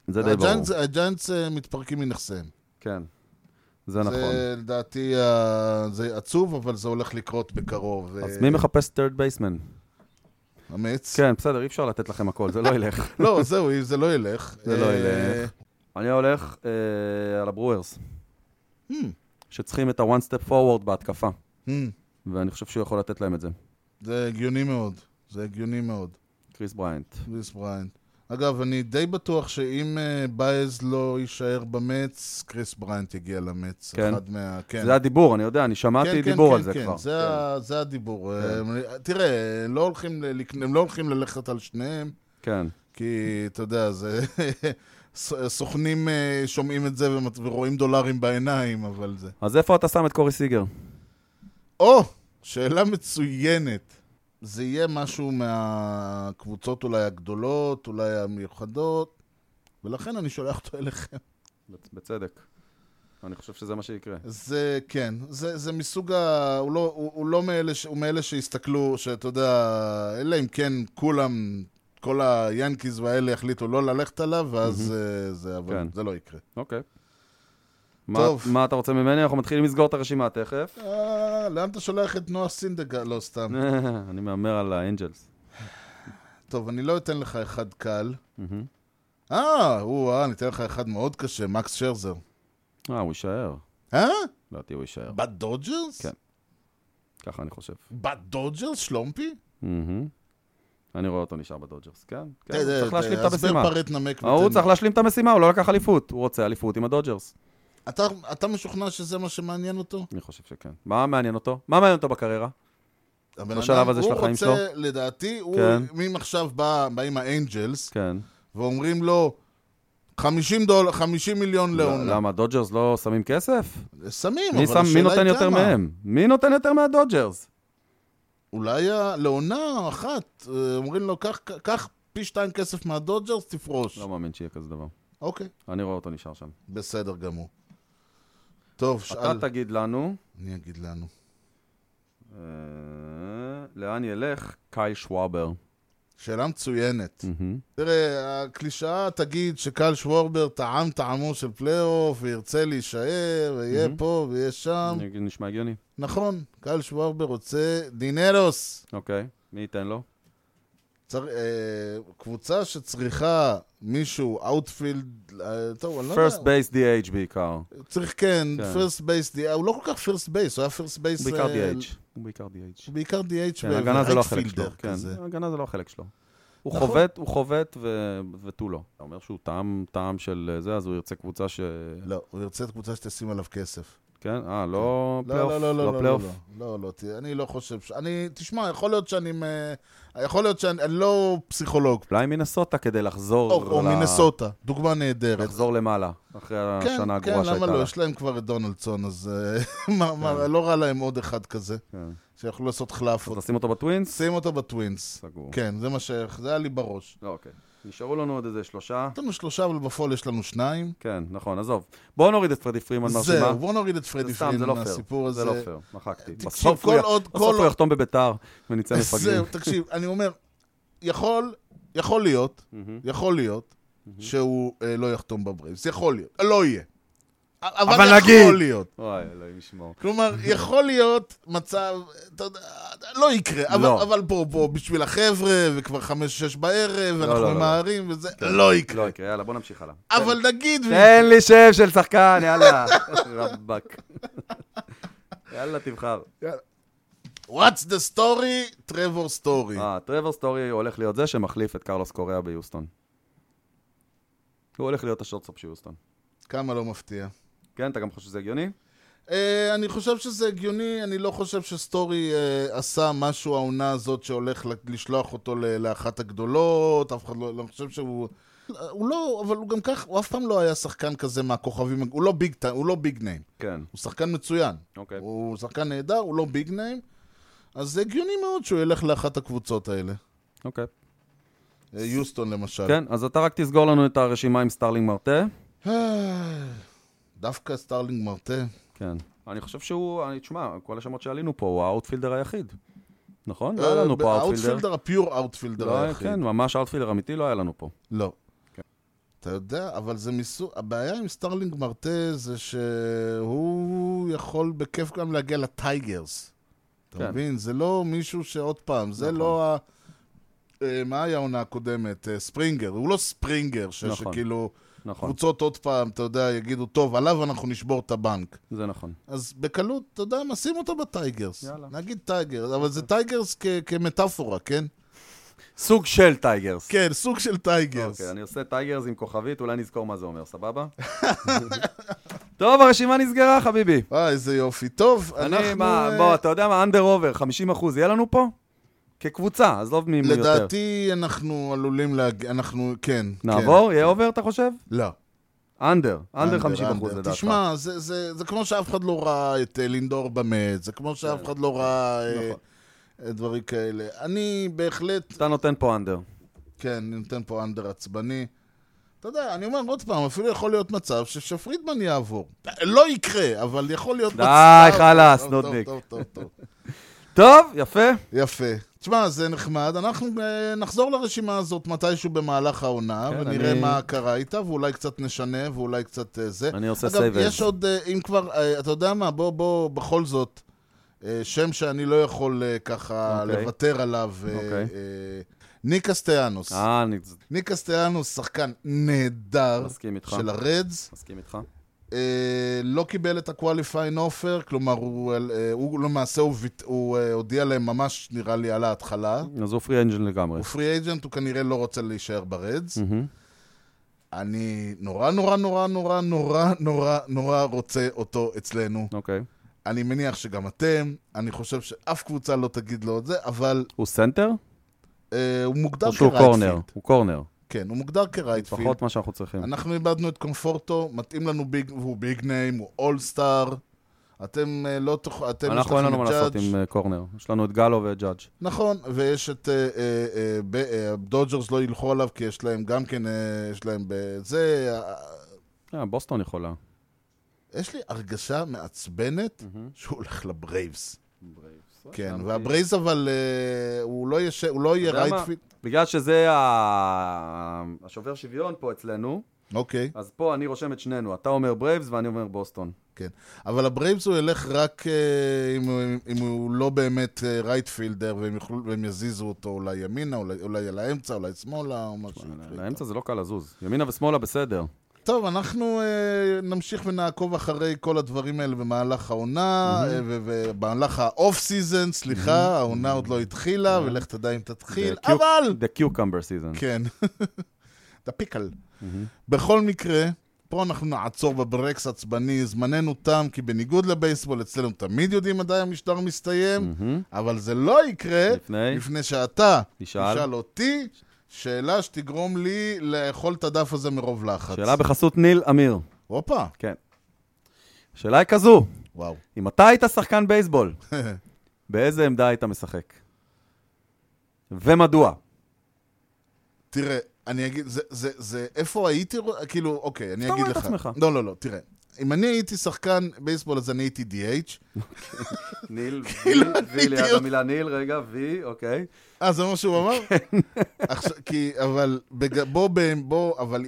[SPEAKER 1] זה די ברור.
[SPEAKER 2] הג'יינטס- הג'יינטס אה, מתפרקים מנכסיהם.
[SPEAKER 1] כן. זה נכון.
[SPEAKER 2] זה לדעתי, אה, זה עצוב, אבל זה הולך לקרות בקרוב.
[SPEAKER 1] אז
[SPEAKER 2] אה,
[SPEAKER 1] מי מחפש third baseman?
[SPEAKER 2] אמיץ.
[SPEAKER 1] כן, בסדר, אי אפשר לתת לכם הכל, זה לא ילך.
[SPEAKER 2] לא, זהו, אם זה לא ילך.
[SPEAKER 1] זה לא
[SPEAKER 2] אה,
[SPEAKER 1] ילך. אני הולך אה, על הברוורס, שצריכים את ה-one step forward בהתקפה,
[SPEAKER 2] Hmm,
[SPEAKER 1] ואני חושב שהוא יכול לתת להם את זה.
[SPEAKER 2] זה הגיוני מאוד. זה הגיוני מאוד.
[SPEAKER 1] קריס בריינט.
[SPEAKER 2] קריס בריינט. אגב, אני די בטוח שאם אה, בייז לא יישאר במץ, קריס בריינט יגיע למץ.
[SPEAKER 1] כן.
[SPEAKER 2] אחד מה... כן.
[SPEAKER 1] זה הדיבור, אני יודע, אני שמעתי דיבור על זה כבר. כן.
[SPEAKER 2] זה, ה- זה הדיבור. אה, תראה, הם לא הולכים ל- לקנ- הם לא הולכים ללכת על שניהם,
[SPEAKER 1] כן.
[SPEAKER 2] כי אתה יודע, זה... ס- סוכנים אה, שומעים את זה ומת- ורואים דולרים בעיניים, אבל זה...
[SPEAKER 1] אז איפה אתה שם את קורי סיגר?
[SPEAKER 2] או, שאלה מצוינת. זה יהיה משהו מהקבוצות אולי הגדולות, אולי המיוחדות, ולכן אני שולח אותו אליכם.
[SPEAKER 1] בצדק. אני חושב שזה מה שיקרה.
[SPEAKER 2] זה, כן, זה, זה מסוג ה... הוא לא, הוא, הוא לא מאלה, ש... הוא מאלה שהסתכלו, שאתה יודע, אלא אם כן כולם, כל היאנקיז והאלה החליטו לא ללכת עליו, ואז mm-hmm. זה, אבל
[SPEAKER 1] כן.
[SPEAKER 2] כן. זה לא יקרה.
[SPEAKER 1] אוקיי.
[SPEAKER 2] טוב.
[SPEAKER 1] מה- מה אתה רוצה ממני? אנחנו מתחילים לסגור את הרשימה תכף.
[SPEAKER 2] אה, לאן אתה שולח את נועה סינדגה? לא, סתם.
[SPEAKER 1] אני מהמר על האנג'לס.
[SPEAKER 2] טוב, אני לא אתן לך אחד קל. אה, הוא, אה, אני אתן לך אחד מאוד קשה, מקס שרזר.
[SPEAKER 1] אה, הוא יישאר.
[SPEAKER 2] אה?
[SPEAKER 1] לדעתי הוא יישאר.
[SPEAKER 2] בדודג'רס?
[SPEAKER 1] כן.
[SPEAKER 2] Mm-hmm.
[SPEAKER 1] ככה אני חושב.
[SPEAKER 2] בדודג'רס, שלומפי?
[SPEAKER 1] מהמם. אני רואה אותו נשאר בדודג'רס, כן? כן,
[SPEAKER 2] אה,
[SPEAKER 1] הוא
[SPEAKER 2] אה,
[SPEAKER 1] צריך להשלים
[SPEAKER 2] אה,
[SPEAKER 1] את המשימה.
[SPEAKER 2] הסבר פרט נמק.
[SPEAKER 1] הוא
[SPEAKER 2] ותן.
[SPEAKER 1] צריך להשלים את המשימה, הוא לא לקח אליפות. הוא רוצה אליפות עם הדודג'רס.
[SPEAKER 2] אתה- אתה משוכנע שזה מה שמעניין אותו?
[SPEAKER 1] אני חושב שכן. מה מעניין אותו? מה מעניין אותו בקריירה?
[SPEAKER 2] הבן
[SPEAKER 1] בשלב
[SPEAKER 2] אדם,
[SPEAKER 1] הזה של החיים
[SPEAKER 2] הוא רוצה, לדעתי, הוא,
[SPEAKER 1] כן.
[SPEAKER 2] אם עכשיו בא- באים האנג'לס,
[SPEAKER 1] כן.
[SPEAKER 2] ואומרים לו, 50 דולר, 50 מיליון לעונה.
[SPEAKER 1] למה, הדודג'רס לא שמים כסף?
[SPEAKER 2] שמים,
[SPEAKER 1] מי
[SPEAKER 2] כן, אבל
[SPEAKER 1] שם-
[SPEAKER 2] השאלה
[SPEAKER 1] מי
[SPEAKER 2] היא
[SPEAKER 1] נותן יותר
[SPEAKER 2] כמה.
[SPEAKER 1] מהם? מי נותן יותר מהדודג'רס?
[SPEAKER 2] אולי ה- לעונה אחת, אה, אומרים לו, "קח- קח פי שתיים כסף מהדודג'רס, תפרוש.
[SPEAKER 1] לא מאמין שיהיה כזה דבר.
[SPEAKER 2] אוקיי,
[SPEAKER 1] אני רואה אותו נשאר שם.
[SPEAKER 2] בסדר גמור. טוב, שאל,
[SPEAKER 1] אתה תגיד לנו,
[SPEAKER 2] אני אגיד לנו.
[SPEAKER 1] אה, לאן ילך קייל שוואבר?
[SPEAKER 2] שאלה מצוינת.
[SPEAKER 1] מהמם.
[SPEAKER 2] תראה, הקלישאה תגיד שקל שוורבר טעם טעמו של פלייאוף, וירצה להישאר, ויהיה פה ויהיה שם.
[SPEAKER 1] Mm-hmm. אני- נשמע הגיוני.
[SPEAKER 2] נכון, קהל שוורבר רוצה דינרוס.
[SPEAKER 1] אוקיי, מי ייתן לו?
[SPEAKER 2] צר... אה, קבוצה שצריכה מישהו, אאוטפילד, אה, טוב, אני לא
[SPEAKER 1] first
[SPEAKER 2] יודע.
[SPEAKER 1] base DH בעיקר.
[SPEAKER 2] צריך, כן,
[SPEAKER 1] כן.
[SPEAKER 2] first base, DH, הוא לא כל כך first base, הוא היה first base...
[SPEAKER 1] הוא בעיקר
[SPEAKER 2] אה,
[SPEAKER 1] DH. הוא בעיקר DH.
[SPEAKER 2] הוא בעיקר DH
[SPEAKER 1] כן,
[SPEAKER 2] ו-
[SPEAKER 1] הגנה זה לא החלק
[SPEAKER 2] ורייטפילדר
[SPEAKER 1] שלו. כן,
[SPEAKER 2] כזה.
[SPEAKER 1] הגנה זה לא החלק שלו. הוא
[SPEAKER 2] נכון.
[SPEAKER 1] חובט, הוא חובט ו- ותו לא. אתה אומר שהוא טעם, טעם של אה, זה, אז הוא ירצה קבוצה ש...
[SPEAKER 2] לא, הוא ירצה את קבוצה שתשים עליו כסף.
[SPEAKER 1] כן? אה, לא
[SPEAKER 2] לא,
[SPEAKER 1] פלייאוף?
[SPEAKER 2] לא, לא, לא, לא, לא,
[SPEAKER 1] פלייאוף?
[SPEAKER 2] לא, לא, תראה, אני לא חושב ש... אני, תשמע, יכול להיות שאני... מ- יכול להיות שאני אני לא פסיכולוג.
[SPEAKER 1] אולי מינסוטה כדי לחזור...
[SPEAKER 2] או או
[SPEAKER 1] ל-
[SPEAKER 2] מינסוטה, דוגמה נהדרת.
[SPEAKER 1] לחזור למעלה, אחרי נכון, השנה הגרועה
[SPEAKER 2] כן,
[SPEAKER 1] שהייתה
[SPEAKER 2] למה לא?
[SPEAKER 1] לה.
[SPEAKER 2] יש להם כבר את דונלדסון, אז אה, מה- מה, לא רע להם עוד אחד כזה,
[SPEAKER 1] כן.
[SPEAKER 2] שיכולו לעשות
[SPEAKER 1] אז
[SPEAKER 2] חלאפות.
[SPEAKER 1] נשים אותו בטווינס?
[SPEAKER 2] שים אותו בטווינס.
[SPEAKER 1] סגור.
[SPEAKER 2] כן, זה מה ש... זה היה לי בראש.
[SPEAKER 1] לא, אוקיי. נשארו לנו עוד איזה שלושה.
[SPEAKER 2] יש לנו שלושה, אבל בפועל יש לנו שניים.
[SPEAKER 1] כן, נכון, עזוב. בואו נוריד את פרדי פרימן מהרשימה.
[SPEAKER 2] זהו, בוא נוריד את פרדי
[SPEAKER 1] זה סתם, זה
[SPEAKER 2] פרימן
[SPEAKER 1] לא פייר.
[SPEAKER 2] מהסיפור הזה. אה,
[SPEAKER 1] זה לא פייר, מחקתי.
[SPEAKER 2] תקשיב,
[SPEAKER 1] בסוף הוא
[SPEAKER 2] כל
[SPEAKER 1] י-
[SPEAKER 2] עוד- כל
[SPEAKER 1] בסוף הוא
[SPEAKER 2] עוד-
[SPEAKER 1] יחתום בביתר ונצא מפגרים.
[SPEAKER 2] זהו, תקשיב, אני אומר, יכול, יכול להיות, יכול להיות, שהוא אה, לא יחתום בברייבס. יכול להיות. לא יהיה. אבל
[SPEAKER 1] נגיד.
[SPEAKER 2] יכול להיות.
[SPEAKER 1] וואי, אלוהים ישמור.
[SPEAKER 2] כלומר, יכול להיות מצב, אתה יודע, לא יקרה, אבל,
[SPEAKER 1] לא.
[SPEAKER 2] אבל בוא, בוא, בשביל החבר'ה, וכבר חמש-שש בערב, ואנחנו
[SPEAKER 1] לא, לא.
[SPEAKER 2] ממהרים וזה, לא יקרה.
[SPEAKER 1] לא יקרה, כן. יאללה, בוא נמשיך הלאה.
[SPEAKER 2] אבל נגיד,
[SPEAKER 1] תן לי שם של שחקן, יאללה. רבאק. יאללה, תבחר.
[SPEAKER 2] what's the story? טרוור סטורי.
[SPEAKER 1] אה, טרוור סטורי הולך להיות זה שמחליף את קרלוס קוריאה ביוסטון. הוא הולך להיות השורטסופ של יוסטון.
[SPEAKER 2] כמה לא מפתיע.
[SPEAKER 1] כן, אתה גם חושב שזה הגיוני?
[SPEAKER 2] אה, אני חושב שזה הגיוני, אני לא חושב שסטורי אה, עשה משהו העונה הזאת שהולך ל- לשלוח אותו ל- לאחת הגדולות, אף אחד לא, לא חושב שהוא... הוא לא, אבל הוא גם כך, הוא אף פעם לא היה שחקן כזה מהכוכבים, הוא לא ביג טיים, הוא לא ביג ניים.
[SPEAKER 1] כן.
[SPEAKER 2] הוא שחקן מצוין.
[SPEAKER 1] אוקיי.
[SPEAKER 2] הוא שחקן נהדר, הוא לא ביג ניים, אז זה הגיוני מאוד שהוא ילך לאחת הקבוצות האלה.
[SPEAKER 1] אוקיי.
[SPEAKER 2] אה, יוסטון למשל.
[SPEAKER 1] כן, אז אתה רק תסגור לנו את הרשימה עם סטארלינג מרטה.
[SPEAKER 2] אה, דווקא סטארלינג מרטה.
[SPEAKER 1] כן. אני חושב שהוא, אני, תשמע, כל השמות שעלינו פה, הוא האוטפילדר היחיד. נכון? לא היה לנו פה
[SPEAKER 2] האוטפילדר,
[SPEAKER 1] האוטפילדר.
[SPEAKER 2] הפיור האוטפילדר
[SPEAKER 1] לא היה-
[SPEAKER 2] היחיד.
[SPEAKER 1] כן, ממש האוטפילדר אמיתי לא היה לנו פה.
[SPEAKER 2] לא. אתה יודע, אבל זה מסוג... הבעיה עם סטארלינג מרטה זה שהוא יכול בכיף גם להגיע לטייגרס.
[SPEAKER 1] כן. נכון.
[SPEAKER 2] אתה מבין? זה לא מישהו שעוד פעם, זה לא ה... אה, מה היה העונה הקודמת? אה, ספרינגר. הוא לא ספרינגר, ש-
[SPEAKER 1] נכון.
[SPEAKER 2] שכאילו...
[SPEAKER 1] נכון,
[SPEAKER 2] קבוצות עוד פעם, אתה יודע, יגידו, טוב, עליו אנחנו נשבור את הבנק.
[SPEAKER 1] זה נכון.
[SPEAKER 2] אז בקלות, אתה יודע מה, שים אותו בטייגרס.
[SPEAKER 1] יאללה.
[SPEAKER 2] נגיד טייגרס, אבל זה טייגרס כ- כמטאפורה, כן?
[SPEAKER 1] סוג של טייגרס.
[SPEAKER 2] כן, סוג של טייגרס.
[SPEAKER 1] אוקיי, אני עושה טייגרס עם כוכבית, אולי נזכור מה זה אומר, סבבה? טוב, הרשימה נסגרה, חביבי.
[SPEAKER 2] אה, איזה יופי. טוב,
[SPEAKER 1] אני,
[SPEAKER 2] אנחנו...
[SPEAKER 1] מה,
[SPEAKER 2] אה,
[SPEAKER 1] בוא, אתה יודע מה, אנדר אובר, 50 אחוז, יהיה לנו פה? כקבוצה, עזוב מי מי יותר.
[SPEAKER 2] לדעתי אנחנו עלולים להגיע, אנחנו, כן.
[SPEAKER 1] נעבור? יהיה אובר, אתה חושב?
[SPEAKER 2] כן. לא.
[SPEAKER 1] אנדר, אנדר 50 אחוז
[SPEAKER 2] אנדר.
[SPEAKER 1] לדעתך.
[SPEAKER 2] תשמע, זה- זה זה כמו שאף אחד לא ראה את אה, לינדור במת, זה כמו שאף אחד לא ראה אה,
[SPEAKER 1] נכון.
[SPEAKER 2] אה, דברים כאלה. אני בהחלט
[SPEAKER 1] אתה נותן פה אנדר.
[SPEAKER 2] כן, אני נותן פה אנדר עצבני. אתה יודע, אני אומר עוד פעם, אפילו יכול להיות מצב ששפרידמן יעבור. לא יקרה, אבל יכול להיות
[SPEAKER 1] די,
[SPEAKER 2] מצב...
[SPEAKER 1] חלאס,
[SPEAKER 2] טוב,
[SPEAKER 1] נודניק.
[SPEAKER 2] טוב, טוב, טוב, טוב.
[SPEAKER 1] טוב, יפה.
[SPEAKER 2] יפה. תשמע, זה נחמד. אנחנו אה, נחזור לרשימה הזאת מתישהו במהלך העונה,
[SPEAKER 1] כן,
[SPEAKER 2] ונראה
[SPEAKER 1] אני-
[SPEAKER 2] מה קרה איתה, ואולי קצת נשנה, ואולי קצת אה, זה.
[SPEAKER 1] אני עושה
[SPEAKER 2] אגב,
[SPEAKER 1] סייבאז.
[SPEAKER 2] יש עוד, אה, אם כבר, אה, אתה יודע מה, בוא, בוא, בכל זאת, אה, שם שאני לא יכול אה, ככה
[SPEAKER 1] אוקיי.
[SPEAKER 2] לוותר עליו. אה,
[SPEAKER 1] אוקיי.
[SPEAKER 2] אה, ניקה סטיאנוס.
[SPEAKER 1] אה, אני
[SPEAKER 2] ניק קסטיאנוס, שחקן נהדר
[SPEAKER 1] מסכים איתך.
[SPEAKER 2] של הרדס,
[SPEAKER 1] מסכים איתך.
[SPEAKER 2] אה, לא קיבל את הקואליפיין אופר, כלומר, הוא, אה, הוא למעשה, הוא, ויט- הוא אה, הודיע להם ממש, נראה לי, על ההתחלה.
[SPEAKER 1] אז הוא פרי אנג'ן לגמרי.
[SPEAKER 2] הוא פרי אייג'נט, הוא כנראה לא רוצה להישאר ברדס.
[SPEAKER 1] מהמם.
[SPEAKER 2] אני נורא נורא נורא נורא נורא נורא נורא רוצה אותו אצלנו.
[SPEAKER 1] אוקיי.
[SPEAKER 2] אני מניח שגם אתם, אני חושב שאף קבוצה לא תגיד לו את זה, אבל
[SPEAKER 1] הוא סנטר?
[SPEAKER 2] אה, הוא מוגדר
[SPEAKER 1] או שהוא קורנר?
[SPEAKER 2] כרייטפילד.
[SPEAKER 1] הוא קורנר.
[SPEAKER 2] כן, הוא מוגדר כרייטפילד.
[SPEAKER 1] לפחות מה שאנחנו צריכים.
[SPEAKER 2] אנחנו איבדנו את קומפורטו, מתאים לנו ביג, והוא ביג ניים, הוא אולסטאר. אתם אה, לא תוכלו, אתם יש
[SPEAKER 1] אנחנו אין
[SPEAKER 2] לכם
[SPEAKER 1] לנו מה
[SPEAKER 2] את
[SPEAKER 1] לעשות
[SPEAKER 2] ג'אדג'.
[SPEAKER 1] עם אה, קורנר. יש לנו את גלו ואת ג'אדג'.
[SPEAKER 2] נכון, ויש את... אה, אה, אה, ב- אה, הדודג'רס לא ילכו עליו, כי יש להם גם כן, אה, יש להם בזה... אה,
[SPEAKER 1] אה, בוסטון יכולה.
[SPEAKER 2] יש לי הרגשה מעצבנת שהוא הולך לברייבס. כן,
[SPEAKER 1] גם
[SPEAKER 2] והברייבס אבל אה, הוא לא יהיה- הוא לא יהיה
[SPEAKER 1] אתה יודע מה?
[SPEAKER 2] רייטפיט.
[SPEAKER 1] בגלל שזה ה- השובר שוויון פה אצלנו,
[SPEAKER 2] אוקיי,
[SPEAKER 1] אז פה אני רושם את שנינו. אתה אומר ברייבס ואני אומר בוסטון.
[SPEAKER 2] כן. אבל הברייבס הוא ילך רק אה, אם הוא- אם הוא לא באמת רייטפילדר, והם יוכלו- והם יזיזו אותו אולי ימינה, אולי- אולי על האמצע, אולי שמאלה, או משהו.
[SPEAKER 1] לאמצע זה לא קל לזוז. ימינה ושמאלה בסדר.
[SPEAKER 2] טוב, אנחנו אה, נמשיך ונעקוב אחרי כל הדברים האלה במהלך העונה, אה, ו- ובמהלך האוף סיזן, סליחה, העונה עוד לא
[SPEAKER 1] כן.
[SPEAKER 2] התחילה, ולך תדע אם תתחיל,
[SPEAKER 1] The cu-
[SPEAKER 2] אבל...
[SPEAKER 1] The Cucumber Season.
[SPEAKER 2] כן. דה פיקל.
[SPEAKER 1] Mm-hmm.
[SPEAKER 2] בכל מקרה, פה אנחנו נעצור בברקס עצבני, זמננו תם, כי בניגוד לבייסבול, אצלנו תמיד יודעים מתי המשדר מסתיים, אבל זה לא יקרה
[SPEAKER 1] Mm-hmm. לפני?
[SPEAKER 2] לפני שאתה
[SPEAKER 1] תשאל.
[SPEAKER 2] תשאל אותי שאלה שתגרום לי לאכול את הדף הזה מרוב לחץ.
[SPEAKER 1] שאלה בחסות ניל אמיר.
[SPEAKER 2] הופה,
[SPEAKER 1] כן. השאלה היא כזו,
[SPEAKER 2] וואו.
[SPEAKER 1] אם אתה היית שחקן בייסבול, באיזה עמדה היית משחק? ומדוע?
[SPEAKER 2] תראה, אני אגיד, זה, זה, זה, איפה הייתי, רוא- כאילו, אוקיי, אני
[SPEAKER 1] אתה
[SPEAKER 2] אגיד
[SPEAKER 1] רואה את
[SPEAKER 2] לך.
[SPEAKER 1] עצמך.
[SPEAKER 2] לא, לא, לא, תראה. אם אני הייתי שחקן בייסבול, אז אני הייתי DH.
[SPEAKER 1] ניל,
[SPEAKER 2] כאילו, וי, אני וי ליד הייתי-
[SPEAKER 1] המילה ניל, רגע, וי, אוקיי.
[SPEAKER 2] אה, זה מה שהוא אמר?
[SPEAKER 1] כן.
[SPEAKER 2] עכשיו, כי, אבל, בג... בוא, בוא, בוא, אבל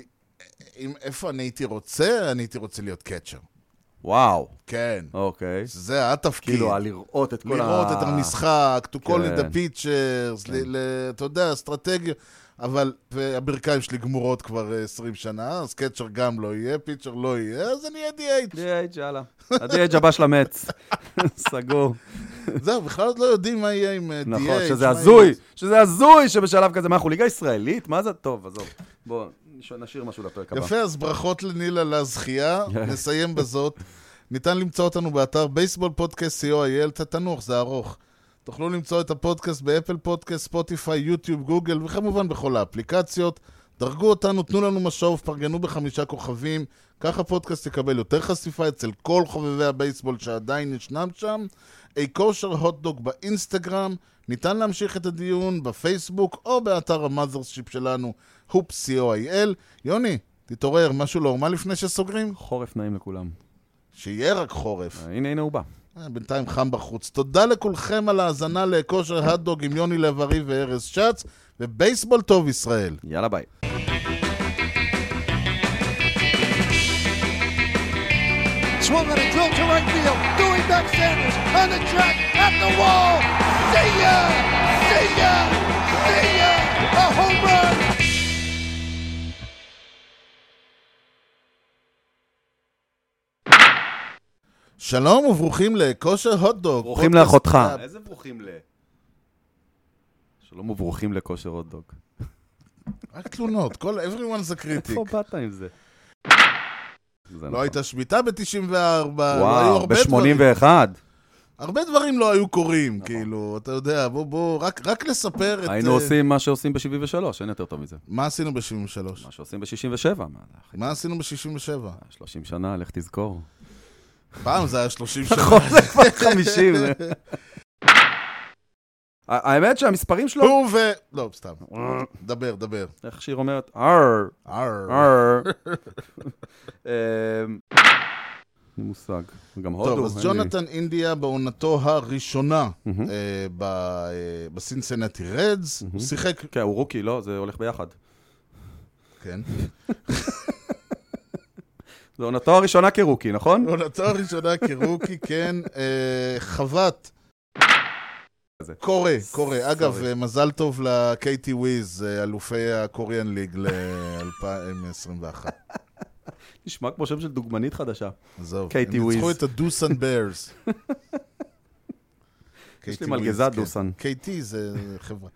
[SPEAKER 2] אם, איפה אני הייתי רוצה? אני הייתי רוצה להיות קאצ'ר.
[SPEAKER 1] וואו,
[SPEAKER 2] כן.
[SPEAKER 1] אוקיי.
[SPEAKER 2] זה התפקיד.
[SPEAKER 1] כאילו, על לראות את כל ה...
[SPEAKER 2] לראות את המשחק, to call it
[SPEAKER 1] כן.
[SPEAKER 2] the pitchers, ל- ל- אתה יודע, אסטרטגיה. אבל, והברכיים שלי גמורות כבר אה, 20 שנה, אז קאצ'ר גם לא יהיה, פיצ'ר לא יהיה, אז אני אהיה DH.
[SPEAKER 1] DH, יאללה. ה-DH הבא של המץ. סגור.
[SPEAKER 2] זהו, בכלל עוד לא יודעים מה יהיה עם אה, DH.
[SPEAKER 1] כן. נכון, שזה
[SPEAKER 2] מה
[SPEAKER 1] הזוי,
[SPEAKER 2] יהיה.
[SPEAKER 1] שזה הזוי שבשלב כזה, מה, אנחנו ליגה ישראלית? מה זה? טוב, עזוב. בוא, נש- נשאיר משהו לפרק הבא.
[SPEAKER 2] יפה, אז ברכות לניל על הזכייה, נסיים בזאת. ניתן למצוא אותנו באתר בייסבול פודקאסט co.il, תנוח, זה ארוך. תוכלו למצוא את הפודקאסט באפל פודקאסט, ספוטיפיי, יוטיוב, גוגל, וכמובן בכל האפליקציות. דרגו אותנו, תנו לנו משוב, פרגנו בחמישה כוכבים, ככה הפודקאסט יקבל יותר חשיפה אצל כל חובבי הבייסבול שעדיין ישנם שם. אי כושר הוטדוג באינסטגרם, ניתן להמשיך את הדיון בפייסבוק או באתר המאזרשיפ שלנו, הופ co.il. יוני, תתעורר, משהו לא הורמה לפני שסוגרים?
[SPEAKER 1] חורף נעים לכולם.
[SPEAKER 2] שיהיה רק חורף.
[SPEAKER 1] הנה, הנה הוא בא.
[SPEAKER 2] אה, בינתיים חם בחוץ. תודה לכולכם על ההאזנה לכושר הדדוג עם יוני לב-ארי וארז שץ, ובייסבול טוב ישראל.
[SPEAKER 1] יאללה, ביי.
[SPEAKER 5] Swung on a drill to right field. Doing back Sanders on the track at the wall. See ya! See ya! See ya! A home run!
[SPEAKER 2] שלום וברוכים לכושר הוטדוג.
[SPEAKER 1] ברוכים
[SPEAKER 2] פודקאסט-
[SPEAKER 1] לאחותך.
[SPEAKER 2] אה,
[SPEAKER 1] איזה ברוכים ל... שלום וברוכים לכושר הוטדוג.
[SPEAKER 2] רק תלונות, כל everyone's a
[SPEAKER 1] איפה
[SPEAKER 2] critic.
[SPEAKER 1] באת עם זה? זה נכון.
[SPEAKER 2] לא הייתה שביתה ב-94, לא היו
[SPEAKER 1] וואו,
[SPEAKER 2] הרבה דברים.
[SPEAKER 1] ב-81.
[SPEAKER 2] הרבה דברים לא היו קורים, כאילו, אתה יודע, בוא, בוא, רק- רק לספר את...
[SPEAKER 1] נכון. היינו
[SPEAKER 2] אה,
[SPEAKER 1] עושים מה שעושים ב-73, אין יותר טוב מזה.
[SPEAKER 2] מה עשינו ב-73?
[SPEAKER 1] מה שעושים ב-67, מה, אחי,
[SPEAKER 2] מה עשינו ב-67?
[SPEAKER 1] 30 שנה, לך תזכור.
[SPEAKER 2] פעם זה היה 30 שנה.
[SPEAKER 1] נכון, זה כבר 50. האמת שהמספרים שלו...
[SPEAKER 2] הוא ו... לא, סתם. דבר, דבר.
[SPEAKER 1] איך שיר אומרת? אר,
[SPEAKER 2] אר.
[SPEAKER 1] אר. אמ, אין לי מושג. גם הודו.
[SPEAKER 2] טוב,
[SPEAKER 1] אין
[SPEAKER 2] אז
[SPEAKER 1] לי.
[SPEAKER 2] ג'ונתן אינדיה בעונתו הראשונה
[SPEAKER 1] מהמם.
[SPEAKER 2] אה, ב- אה, בסינסנטי רדס, הוא שיחק...
[SPEAKER 1] כן, הוא רוקי, לא? זה הולך ביחד.
[SPEAKER 2] כן.
[SPEAKER 1] זו עונתו הראשונה כרוקי, נכון?
[SPEAKER 2] בעונתו הראשונה כרוקי, כן, אה, חוות.
[SPEAKER 1] זה.
[SPEAKER 2] קורא, קורא. אגב,
[SPEAKER 1] Sorry.
[SPEAKER 2] אה, מזל טוב לקייטי וויז, אה, אלופי הקוריאן ליג ל-2021.
[SPEAKER 1] נשמע כמו שם של דוגמנית חדשה.
[SPEAKER 2] עזוב.
[SPEAKER 1] קייטי
[SPEAKER 2] הם ניצחו
[SPEAKER 1] וויז.
[SPEAKER 2] את הדוסן ברס.
[SPEAKER 1] לי מלגזה דוסן.
[SPEAKER 2] כן. קייטי זה חברה.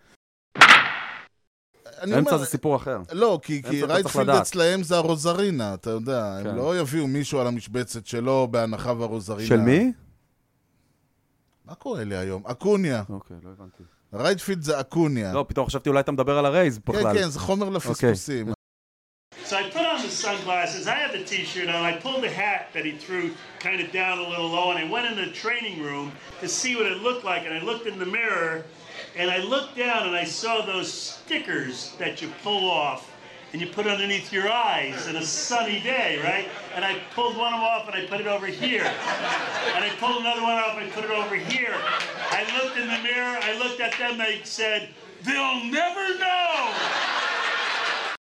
[SPEAKER 2] אני
[SPEAKER 1] אמצע
[SPEAKER 2] אומר,
[SPEAKER 1] זה סיפור אחר.
[SPEAKER 2] לא, כי,
[SPEAKER 1] אמצע
[SPEAKER 2] כי
[SPEAKER 1] אתה צריך
[SPEAKER 2] רייטפילד
[SPEAKER 1] לדעת.
[SPEAKER 2] אצלהם זה הרוזרינה, אתה יודע,
[SPEAKER 1] כן.
[SPEAKER 2] הם לא יביאו מישהו על המשבצת שלו בהנחה והרוזרינה.
[SPEAKER 1] של מי?
[SPEAKER 2] מה קורה לי היום? אקוניה.
[SPEAKER 1] אוקיי, לא הבנתי.
[SPEAKER 2] רייטפילד זה אקוניה.
[SPEAKER 1] לא, פתאום חשבתי אולי אתה מדבר על הרייז
[SPEAKER 2] כן,
[SPEAKER 1] בכלל. אוקיי.
[SPEAKER 2] כן, זה חומר לפספוסים.
[SPEAKER 6] So I put on the sunglasses. I had the T-shirt on. I pulled the hat that he threw kind of down a little low, and I went in the training room to see what it looked like. And I looked in the mirror, and I looked down, and I saw those stickers that you pull off and you put underneath your eyes in a sunny day, right? And I pulled one of them off, and I put it over here. And I pulled another one off, and I put it over here. I looked in the mirror. I looked at them. They said, "They'll never know."